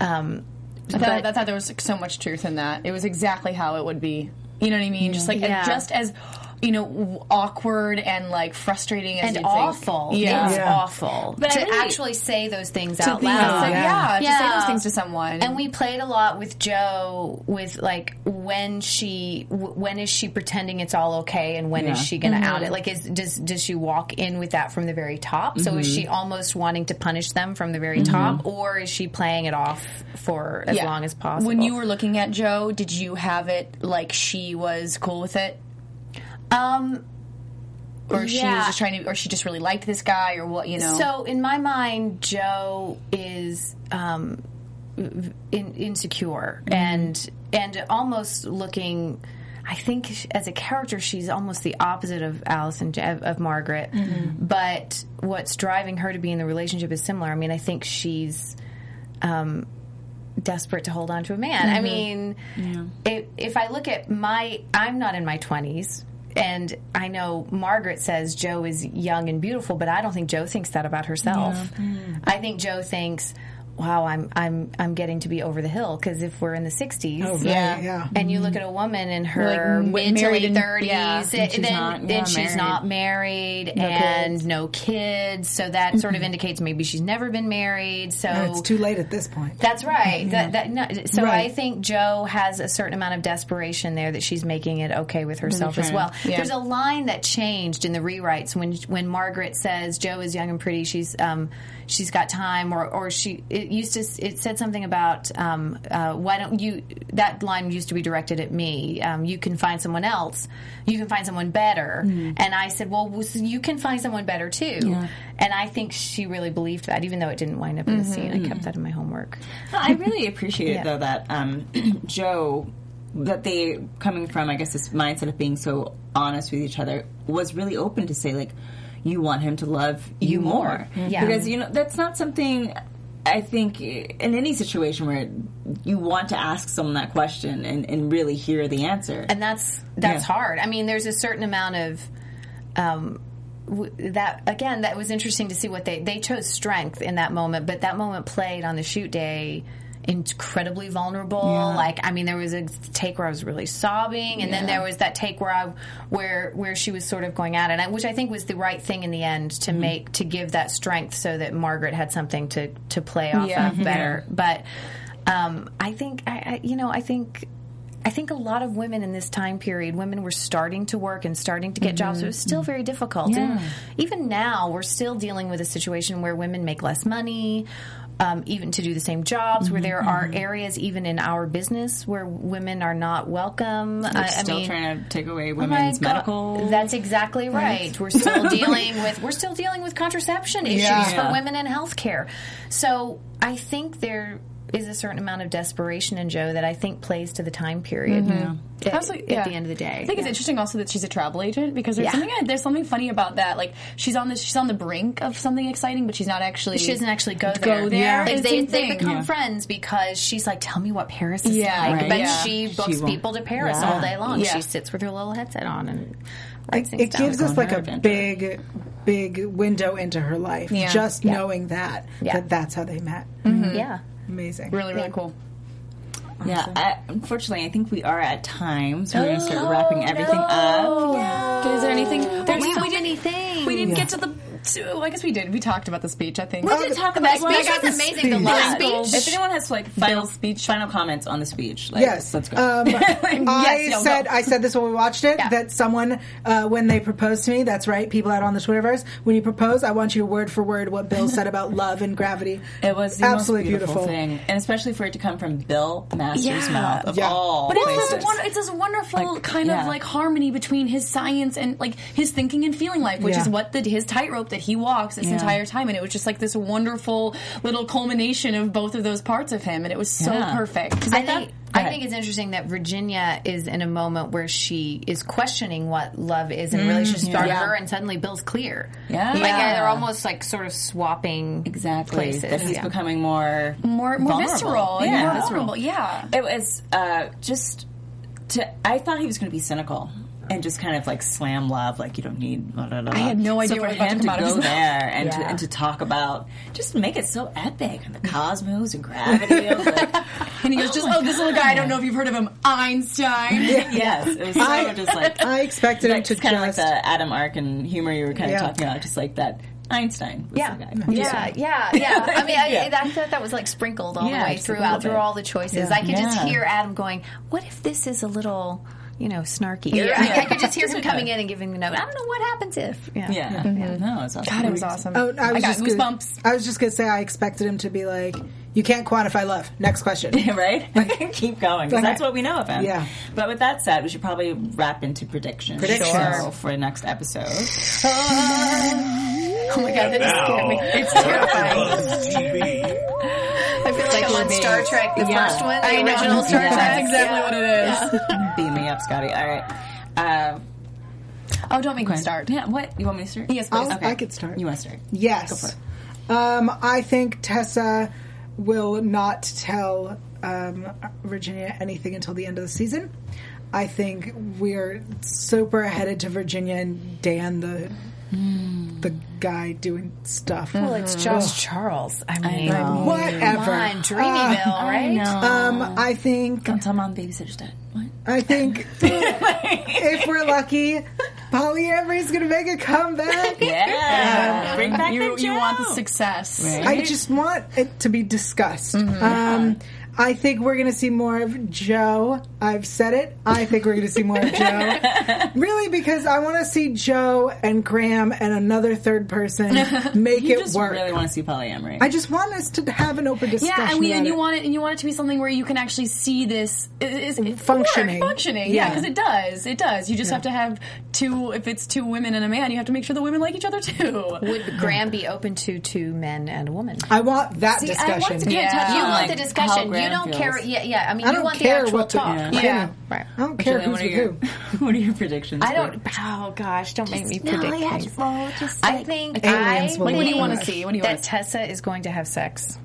[SPEAKER 3] Um,
[SPEAKER 2] I thought, I thought there was like, so much truth in that. It was exactly how it would be. You know what I mean? Just like
[SPEAKER 3] Yeah.
[SPEAKER 2] just as you know, w- awkward and like frustrating as
[SPEAKER 3] and
[SPEAKER 2] you'd
[SPEAKER 3] awful.
[SPEAKER 2] Think. Yeah.
[SPEAKER 3] It's
[SPEAKER 2] yeah.
[SPEAKER 3] awful.
[SPEAKER 2] But
[SPEAKER 3] to
[SPEAKER 2] I really-
[SPEAKER 3] actually say those things out
[SPEAKER 2] Yeah.
[SPEAKER 3] loud.
[SPEAKER 2] So, yeah, to say
[SPEAKER 3] Yeah.
[SPEAKER 2] those things to someone.
[SPEAKER 3] And we played a lot with Joe with like when she w- when is she pretending it's all okay and when is she
[SPEAKER 2] Mm-hmm.
[SPEAKER 3] going to out it? Like is does does she walk in with that from the very top? So
[SPEAKER 2] Mm-hmm.
[SPEAKER 3] is she almost wanting to punish them from the very top or is she playing it off for as
[SPEAKER 2] Yeah.
[SPEAKER 3] long as possible?
[SPEAKER 2] When you were looking at Joe, did you have it like she was cool with it?
[SPEAKER 3] um
[SPEAKER 2] Or she
[SPEAKER 3] Yeah.
[SPEAKER 2] was just trying to, or she just really liked this guy, or what, you know?
[SPEAKER 3] So in my mind, Joe is um, in, insecure
[SPEAKER 2] Mm-hmm.
[SPEAKER 3] and and almost looking. I think sh- as a character, she's almost the opposite of Alice and of, of Margaret.
[SPEAKER 2] Mm-hmm.
[SPEAKER 3] But what's driving her to be in the relationship is similar. I mean, I think she's um, desperate to hold on to a man. I mean, if, if I look at my, I'm not in my 20s. And I know Margaret says Joe is young and beautiful, but I don't think Joe thinks that about herself. I think Joe thinks, "Wow, I'm I'm I'm getting to be over the hill." Because if we're in the '60s,
[SPEAKER 4] Oh, really? Yeah. Yeah.
[SPEAKER 3] and you look at a woman in her
[SPEAKER 2] Like,
[SPEAKER 3] mid to
[SPEAKER 2] married
[SPEAKER 3] late
[SPEAKER 2] and-
[SPEAKER 3] 30s,
[SPEAKER 2] yeah,
[SPEAKER 3] and,
[SPEAKER 2] and she's
[SPEAKER 3] then
[SPEAKER 2] not-
[SPEAKER 3] and
[SPEAKER 2] yeah,
[SPEAKER 3] she's
[SPEAKER 2] married.
[SPEAKER 3] not married and no kids, so that sort of indicates maybe she's never been married. So
[SPEAKER 4] it's too late at this point.
[SPEAKER 3] that's right. That, that, no, so I
[SPEAKER 4] Right.
[SPEAKER 3] think Joe has a certain amount of desperation there that she's making it okay with herself as well. There's a line that changed in the rewrites when when Margaret says Joe is young and pretty. She's um, she's got time, or or she it used to s- it said something about um, uh, why don't you that line used to be directed at me. Um, you can find someone else. You can find someone better. And I said, well, w- so you can find someone better too. And I think she really believed that, even though it didn't wind up in the scene. I kept that in my homework.
[SPEAKER 1] I really appreciated
[SPEAKER 3] Yeah.
[SPEAKER 1] though that um, Joe that they coming from I guess this mindset of being so honest with each other was really open to say like you want him to love you more
[SPEAKER 3] Mm-hmm. Yeah.
[SPEAKER 1] because you know that's not something I think in any situation where you want to ask someone that question and, and really hear the answer
[SPEAKER 3] and that's that's
[SPEAKER 1] Yeah.
[SPEAKER 3] hard. I mean, there's a certain amount of um, w- that. Again, that was interesting to see what they they chose strength in that moment, but that moment played on the shoot day incredibly vulnerable like i mean there was a take where i was really sobbing and then there was that take where i where where she was sort of going at it I- which i think was the right thing in the end to make to give that strength so that margaret had something to to play off of better but um i think I, I you know i think I think a lot of women in this time period, women were starting to work and starting to get jobs. It was
[SPEAKER 1] Mm-hmm.
[SPEAKER 3] still very difficult. And even now, we're still dealing with a situation where women make less money, um, even to do the same jobs, where there
[SPEAKER 1] Mm-hmm.
[SPEAKER 3] are areas, even in our business, where women are not welcome. I, I
[SPEAKER 1] still
[SPEAKER 3] mean,
[SPEAKER 1] trying to take away
[SPEAKER 3] oh my
[SPEAKER 1] women's
[SPEAKER 3] God,
[SPEAKER 1] medical
[SPEAKER 3] That's exactly right. We're still dealing with we're still dealing with contraception issues
[SPEAKER 1] Yeah.
[SPEAKER 3] for women in healthcare. So I think there is a certain amount of desperation in Joe that I think plays to the time period. At,
[SPEAKER 2] Mm-hmm. Absolutely,
[SPEAKER 3] at
[SPEAKER 2] yeah.
[SPEAKER 3] the end of the day,
[SPEAKER 2] I think it's interesting also that she's a travel agent because there's
[SPEAKER 3] Yeah.
[SPEAKER 2] something uh, there's something funny about that. Like she's on this, she's on the brink of something exciting, but she's not actually.
[SPEAKER 3] she doesn't actually go there.
[SPEAKER 2] Go there.
[SPEAKER 3] Like,
[SPEAKER 2] It's
[SPEAKER 3] they,
[SPEAKER 2] the
[SPEAKER 3] they
[SPEAKER 2] same
[SPEAKER 3] become
[SPEAKER 1] Yeah.
[SPEAKER 3] friends because she's like, "Tell me what Paris is
[SPEAKER 2] Yeah,
[SPEAKER 3] like."
[SPEAKER 2] right.
[SPEAKER 3] But
[SPEAKER 2] Yeah.
[SPEAKER 3] she
[SPEAKER 1] She
[SPEAKER 3] books
[SPEAKER 1] won't-
[SPEAKER 3] people to Paris
[SPEAKER 1] Yeah.
[SPEAKER 3] all day long.
[SPEAKER 2] Yeah.
[SPEAKER 3] She sits with her little headset on and writes
[SPEAKER 4] It,
[SPEAKER 3] things
[SPEAKER 4] it
[SPEAKER 3] down.
[SPEAKER 4] gives us like a
[SPEAKER 1] adventure.
[SPEAKER 4] big, big window into her life.
[SPEAKER 2] Yeah.
[SPEAKER 4] Just knowing that
[SPEAKER 3] Yeah. Mm-hmm.
[SPEAKER 4] that that's how they met.
[SPEAKER 3] yeah.
[SPEAKER 4] Amazing.
[SPEAKER 2] really really cool.
[SPEAKER 1] Yeah, I, unfortunately, I think we are at time, so we're going to start wrapping everything up.
[SPEAKER 2] Is there anything? There's
[SPEAKER 3] There's
[SPEAKER 2] we,
[SPEAKER 3] so
[SPEAKER 2] we didn't,
[SPEAKER 3] many things.
[SPEAKER 2] we didn't get to the
[SPEAKER 6] so I guess we did. We talked about the speech. I think.
[SPEAKER 4] What
[SPEAKER 1] did talk
[SPEAKER 5] That
[SPEAKER 1] about
[SPEAKER 5] speech
[SPEAKER 1] Well,
[SPEAKER 5] was amazing. The
[SPEAKER 1] yeah.
[SPEAKER 5] last speech.
[SPEAKER 1] If anyone has like final speech, final comments on the speech, like,
[SPEAKER 4] Yes,
[SPEAKER 1] let's go.
[SPEAKER 4] Um, I
[SPEAKER 1] Yes, no,
[SPEAKER 4] said
[SPEAKER 1] go.
[SPEAKER 4] I said this when we watched it that someone uh, when they proposed to me. That's right, people out on the Twitterverse. When you propose, I want you to word for word what Bill said about love and gravity.
[SPEAKER 1] It was the
[SPEAKER 4] absolutely
[SPEAKER 1] most beautiful,
[SPEAKER 4] beautiful.
[SPEAKER 1] thing, and especially for it to come from Bill Masters'
[SPEAKER 6] Yeah.
[SPEAKER 1] mouth of
[SPEAKER 4] Yeah.
[SPEAKER 1] all
[SPEAKER 4] But
[SPEAKER 6] But
[SPEAKER 1] places.
[SPEAKER 6] it's this, won- it's this wonderful
[SPEAKER 1] Like,
[SPEAKER 6] kind
[SPEAKER 1] yeah.
[SPEAKER 6] of like harmony between his science and like his thinking and feeling life, which
[SPEAKER 4] Yeah.
[SPEAKER 6] is what the, his tightrope that he walks this
[SPEAKER 1] Yeah.
[SPEAKER 6] entire time. And it was just like this wonderful little culmination of both of those parts of him, and it was so
[SPEAKER 1] Yeah.
[SPEAKER 6] perfect. 'Cause
[SPEAKER 3] I
[SPEAKER 6] at that-
[SPEAKER 3] think, I think it's interesting that Virginia is in a moment where she is questioning what love is in relationship to
[SPEAKER 1] Mm-hmm. Yeah.
[SPEAKER 3] her, and suddenly Bill's clear.
[SPEAKER 1] Yeah.
[SPEAKER 3] like
[SPEAKER 1] Yeah.
[SPEAKER 3] uh, they're almost like sort of swapping
[SPEAKER 1] exactly
[SPEAKER 3] places.
[SPEAKER 1] that he's
[SPEAKER 3] yeah.
[SPEAKER 1] becoming more
[SPEAKER 6] more, more
[SPEAKER 1] vulnerable.
[SPEAKER 6] visceral and
[SPEAKER 1] Yeah.
[SPEAKER 6] more vulnerable. Yeah.
[SPEAKER 1] It was uh, just to. I thought he was going to be cynical and just kind of like slam love, like you don't need. Blah, blah, blah. I
[SPEAKER 6] had no idea
[SPEAKER 1] so
[SPEAKER 6] what
[SPEAKER 1] for
[SPEAKER 6] was about to
[SPEAKER 1] him
[SPEAKER 6] come out of
[SPEAKER 1] go
[SPEAKER 6] his mouth.
[SPEAKER 1] there and to, and to talk about just make it so epic and the cosmos and gravity. I was like,
[SPEAKER 6] And he goes, just, oh, this little guy, I don't know if you've heard of him, Einstein.
[SPEAKER 1] yes, it was so
[SPEAKER 4] I-
[SPEAKER 1] just like
[SPEAKER 4] I expected him
[SPEAKER 1] like,
[SPEAKER 4] to
[SPEAKER 1] kind of like
[SPEAKER 4] just-
[SPEAKER 1] the Adam Arkin humor you were kind of
[SPEAKER 4] Yeah.
[SPEAKER 1] talking about, just like that Einstein. Was the guy.
[SPEAKER 6] Mm-hmm.
[SPEAKER 5] Yeah, yeah, yeah. I mean, I,
[SPEAKER 1] Yeah.
[SPEAKER 5] I thought that was like sprinkled all
[SPEAKER 1] Yeah,
[SPEAKER 5] the way
[SPEAKER 1] just a little
[SPEAKER 5] throughout, through
[SPEAKER 1] bit.
[SPEAKER 5] all the choices. I could just
[SPEAKER 1] Yeah.
[SPEAKER 5] hear Adam going, "What if this is a little, you know, snarky?"
[SPEAKER 1] Yeah.
[SPEAKER 5] I, I could just hear him coming in and giving the note. I don't know what happens if. Yeah.
[SPEAKER 1] Yeah, no, it's awesome.
[SPEAKER 6] Mm-hmm. God, it was awesome.
[SPEAKER 4] Oh, I was
[SPEAKER 6] got
[SPEAKER 4] just
[SPEAKER 6] goosebumps.
[SPEAKER 4] Gonna, I was just gonna say I expected him to be like, "You can't quantify love." Next question.
[SPEAKER 1] right? Keep going. 'cause that's what we know of him.
[SPEAKER 4] Yeah.
[SPEAKER 1] But with that said, we should probably wrap into predictions,
[SPEAKER 4] Predictions.
[SPEAKER 1] Sure. for next episode.
[SPEAKER 5] Oh my god, that just scared me. It's terrifying. I feel like I'm on Star Trek, the
[SPEAKER 1] Yeah.
[SPEAKER 5] first one, the
[SPEAKER 1] I know.
[SPEAKER 5] original Star
[SPEAKER 1] Yeah.
[SPEAKER 5] Trek.
[SPEAKER 1] That's
[SPEAKER 6] exactly what it
[SPEAKER 5] is.
[SPEAKER 1] Beam me up, Scotty. All right. Uh,
[SPEAKER 6] Oh, don't make me start.
[SPEAKER 1] yeah. What you want me to start?
[SPEAKER 6] Yes, please.
[SPEAKER 4] I'll- I could start.
[SPEAKER 1] You want to start?
[SPEAKER 4] Yes. Um, I think Tessa will not tell um, Virginia anything until the end of the season. I think we're super headed to Virginia and Dan, the the guy doing stuff.
[SPEAKER 3] Well, it's Josh Charles. I mean,
[SPEAKER 4] Whatever.
[SPEAKER 5] Come on, Dreamyville,
[SPEAKER 3] Uh,
[SPEAKER 5] right?
[SPEAKER 4] Um, I think
[SPEAKER 1] Tell mom babysitter's dead. What?
[SPEAKER 4] I think if we're lucky, polyamory's gonna make a comeback.
[SPEAKER 1] Yeah. Bring back
[SPEAKER 6] You,
[SPEAKER 1] the
[SPEAKER 6] you want the
[SPEAKER 1] joke.
[SPEAKER 6] success.
[SPEAKER 1] Oh.
[SPEAKER 4] I just want it to be discussed. Um, I think we're going to see more of Joe. I've said it. I think we're going to see more of Joe. really, because I want to see Joe and Graham and another third person make
[SPEAKER 1] You
[SPEAKER 4] it
[SPEAKER 1] just
[SPEAKER 4] work.
[SPEAKER 1] really want to see polyamory.
[SPEAKER 4] I just want us to have an open discussion.
[SPEAKER 6] Yeah, and we
[SPEAKER 4] about
[SPEAKER 6] and you
[SPEAKER 4] it.
[SPEAKER 6] want it and you want it to be something where you can actually see this is, is
[SPEAKER 4] Functioning.
[SPEAKER 6] work, functioning. Yeah,
[SPEAKER 4] Yeah.
[SPEAKER 6] because it does, it does. You just have to have two. If it's two women and a man, you have to make sure the women like each other too.
[SPEAKER 3] would Graham be open to two men and a woman?
[SPEAKER 4] I want that
[SPEAKER 5] See, I
[SPEAKER 4] discussion.
[SPEAKER 5] wanted to get
[SPEAKER 6] Yeah.
[SPEAKER 5] in touch. You
[SPEAKER 1] Yeah.
[SPEAKER 5] want
[SPEAKER 1] Like
[SPEAKER 5] the
[SPEAKER 1] how
[SPEAKER 5] discussion.
[SPEAKER 1] Graham
[SPEAKER 5] You don't
[SPEAKER 1] feels.
[SPEAKER 5] care. Yeah, yeah. I mean,
[SPEAKER 4] I
[SPEAKER 5] you
[SPEAKER 4] don't
[SPEAKER 5] want the
[SPEAKER 4] care
[SPEAKER 5] actual
[SPEAKER 4] what the-
[SPEAKER 5] talk.
[SPEAKER 4] yeah.
[SPEAKER 6] Yeah.
[SPEAKER 3] Right.
[SPEAKER 4] I don't care
[SPEAKER 1] Julian,
[SPEAKER 4] who's
[SPEAKER 1] what, are
[SPEAKER 4] with
[SPEAKER 1] your,
[SPEAKER 4] who.
[SPEAKER 1] what are your predictions?
[SPEAKER 3] I
[SPEAKER 1] for-
[SPEAKER 3] don't. Oh gosh, don't make me predict things.
[SPEAKER 5] just
[SPEAKER 3] I think
[SPEAKER 4] Aliens
[SPEAKER 3] I
[SPEAKER 4] will
[SPEAKER 6] Like, what do you
[SPEAKER 3] think
[SPEAKER 6] want to see? What do you want?
[SPEAKER 3] that
[SPEAKER 6] to see?
[SPEAKER 3] Tessa is going to have sex.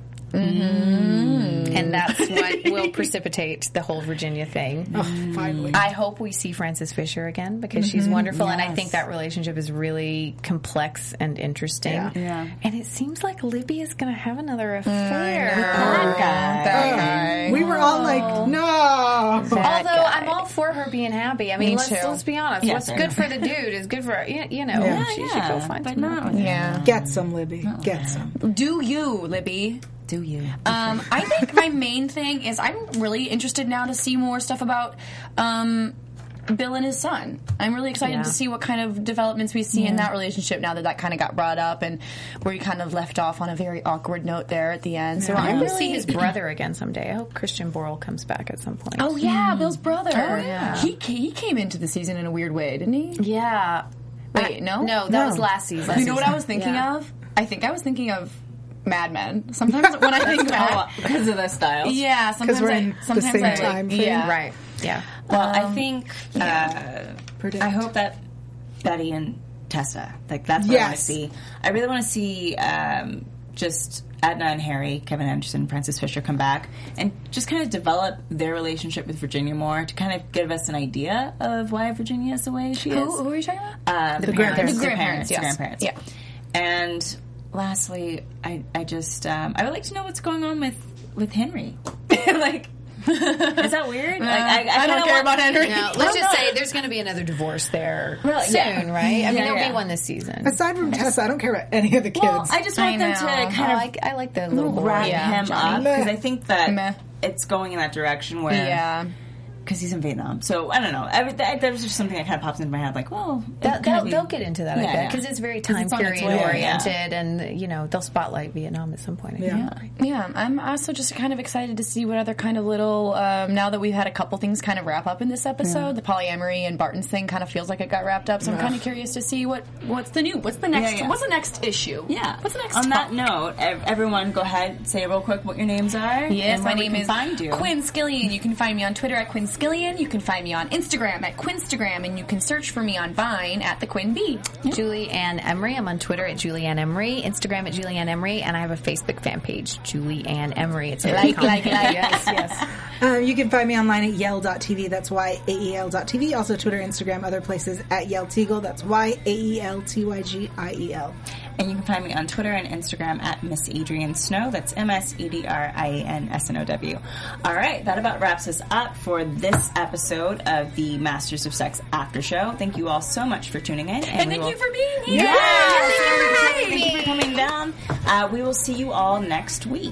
[SPEAKER 3] And that's what will precipitate the whole Virginia thing.
[SPEAKER 4] Finally.
[SPEAKER 3] I hope we see Frances Fisher again because she's wonderful, and I think that relationship is really complex and interesting. Yeah. Mm, And it seems like Libby is going to have another affair.
[SPEAKER 4] Um, We were all like, no.
[SPEAKER 3] Although I'm all for her being happy. I mean, let's,
[SPEAKER 6] too.
[SPEAKER 3] let's be honest.
[SPEAKER 1] Yeah,
[SPEAKER 3] What's
[SPEAKER 1] fair
[SPEAKER 3] good for the dude is good for you, you know.
[SPEAKER 4] Yeah.
[SPEAKER 3] She should
[SPEAKER 1] Oh, Yeah,
[SPEAKER 3] go find
[SPEAKER 1] but
[SPEAKER 3] some
[SPEAKER 1] not with
[SPEAKER 6] Yeah.
[SPEAKER 4] Get some, Libby. Get some.
[SPEAKER 6] Do you, Libby?
[SPEAKER 1] Do you?
[SPEAKER 6] Um, I think my main thing is I'm really interested now to see more stuff about um, Bill and his son. I'm really excited to see what kind of developments we see in that relationship now that that kind of got brought up and where we kind of left off on a very awkward note there at the end. So
[SPEAKER 3] I
[SPEAKER 6] I'm
[SPEAKER 3] will
[SPEAKER 6] really
[SPEAKER 3] see his brother again someday. I hope Christian Borle comes back at some point.
[SPEAKER 6] Oh yeah, Bill's brother. He ca- he came into the season in a weird way, didn't he?
[SPEAKER 3] yeah.
[SPEAKER 6] Wait, no,
[SPEAKER 3] No, that was last season.
[SPEAKER 6] You know what I was thinking
[SPEAKER 3] Yeah.
[SPEAKER 6] of? I think I was thinking of Mad Men. Sometimes when I think
[SPEAKER 1] Oh,
[SPEAKER 6] back,
[SPEAKER 1] because of the style.
[SPEAKER 6] yeah, sometimes
[SPEAKER 4] we're
[SPEAKER 6] I,
[SPEAKER 4] in the
[SPEAKER 6] sometimes
[SPEAKER 4] same
[SPEAKER 6] I,
[SPEAKER 4] time frame.
[SPEAKER 6] yeah,
[SPEAKER 3] Right. Yeah.
[SPEAKER 1] Well, I think uh,
[SPEAKER 4] Predict.
[SPEAKER 1] I hope that Betty and Tessa, like that's what I want to
[SPEAKER 4] Yes.
[SPEAKER 1] see. I really want to see um, just Adna and Harry, Kevin Anderson, Francis Fisher come back and just kind of develop their relationship with Virginia more to kind of give us an idea of why Virginia is the way she is.
[SPEAKER 6] Who, who are you talking about?
[SPEAKER 1] Uh, the,
[SPEAKER 6] grandparents.
[SPEAKER 1] The
[SPEAKER 6] The
[SPEAKER 1] parents,
[SPEAKER 6] grandparents,
[SPEAKER 1] the
[SPEAKER 6] yes.
[SPEAKER 1] grandparents. Yeah. And lastly, I I just um, I would like to know what's going on with with Henry. like Is that weird? Like, I, I,
[SPEAKER 6] I don't
[SPEAKER 1] kinda
[SPEAKER 6] care
[SPEAKER 1] want-
[SPEAKER 6] about Henry.
[SPEAKER 3] No, let's just say there's going to be another divorce there
[SPEAKER 1] Really?
[SPEAKER 3] soon,
[SPEAKER 1] Yeah.
[SPEAKER 3] right? I mean,
[SPEAKER 1] Yeah,
[SPEAKER 3] there'll
[SPEAKER 1] yeah.
[SPEAKER 3] be one this season.
[SPEAKER 4] Aside from Tessa, I don't care about any of the kids.
[SPEAKER 1] Well, I just want
[SPEAKER 6] I
[SPEAKER 1] them
[SPEAKER 6] know.
[SPEAKER 1] to
[SPEAKER 3] I
[SPEAKER 1] kind of
[SPEAKER 3] like Oh, I like the little boy.
[SPEAKER 1] wrap him up because
[SPEAKER 4] Meh.
[SPEAKER 1] I think that
[SPEAKER 6] Meh.
[SPEAKER 1] it's going in that direction where
[SPEAKER 6] Yeah.
[SPEAKER 1] because he's in Vietnam. So I don't know. I, that, that was just something that kind of pops into my head. Like, well, it
[SPEAKER 3] They'll,
[SPEAKER 1] could
[SPEAKER 3] they'll,
[SPEAKER 1] be-
[SPEAKER 3] they'll get into that, I
[SPEAKER 1] Yeah,
[SPEAKER 3] bet,
[SPEAKER 1] yeah.
[SPEAKER 3] because it's very time
[SPEAKER 6] on its
[SPEAKER 3] period
[SPEAKER 6] way, yeah.
[SPEAKER 3] oriented, and you know they'll spotlight Vietnam at some point. I
[SPEAKER 4] Yeah.
[SPEAKER 3] think.
[SPEAKER 6] Yeah, I'm also just kind of excited to see what other kind of little. Um, now that we've had a couple things kind of wrap up in this episode, the polyamory and Barton's thing kind of feels like it got wrapped up. So I'm kind of curious to see what what's the new, what's the next,
[SPEAKER 1] Yeah, yeah.
[SPEAKER 6] what's the next issue?
[SPEAKER 1] Yeah.
[SPEAKER 6] what's the next?
[SPEAKER 1] On that
[SPEAKER 6] topic?
[SPEAKER 1] note, ev- everyone, go ahead, say real quick what your names are.
[SPEAKER 6] Yes,
[SPEAKER 1] and
[SPEAKER 6] my
[SPEAKER 1] where we
[SPEAKER 6] name
[SPEAKER 1] can
[SPEAKER 6] is
[SPEAKER 1] find you.
[SPEAKER 6] Quinn Skillion. You can find me on Twitter at Quinn Skillion. You can find me on Instagram at Quinstagram, and you can search for me on Vine at the Quinn B.
[SPEAKER 3] Julie Ann Emery. I'm on Twitter at Julie Ann Emery, Instagram at Julie Ann Emery, and I have a Facebook fan page, Julie Ann Emery. It's very
[SPEAKER 6] Like, like,
[SPEAKER 3] complicated.
[SPEAKER 6] like.
[SPEAKER 3] yes, yes.
[SPEAKER 4] Uh, you can find me online at yell.tv. That's Y A E L.tv. Also, Twitter, Instagram, other places at Yell Teagle. That's Y A E L T Y G I E L.
[SPEAKER 1] And you can find me on Twitter and Instagram at Miss Adrian Snow. That's M S E D R I A N S N O W. All right, that about wraps us up for this episode of the Masters of Sex After Show. Thank you all so much for tuning in,
[SPEAKER 6] And
[SPEAKER 1] we
[SPEAKER 6] thank
[SPEAKER 1] will-
[SPEAKER 6] you for being here.
[SPEAKER 1] Yes!
[SPEAKER 6] Thank you for having me.
[SPEAKER 1] Thank you for coming down. Uh, we will see you all next week.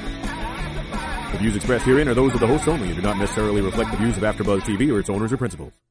[SPEAKER 7] The views expressed herein are those of the hosts only and do not necessarily reflect the views of AfterBuzz TV or its owners or principals.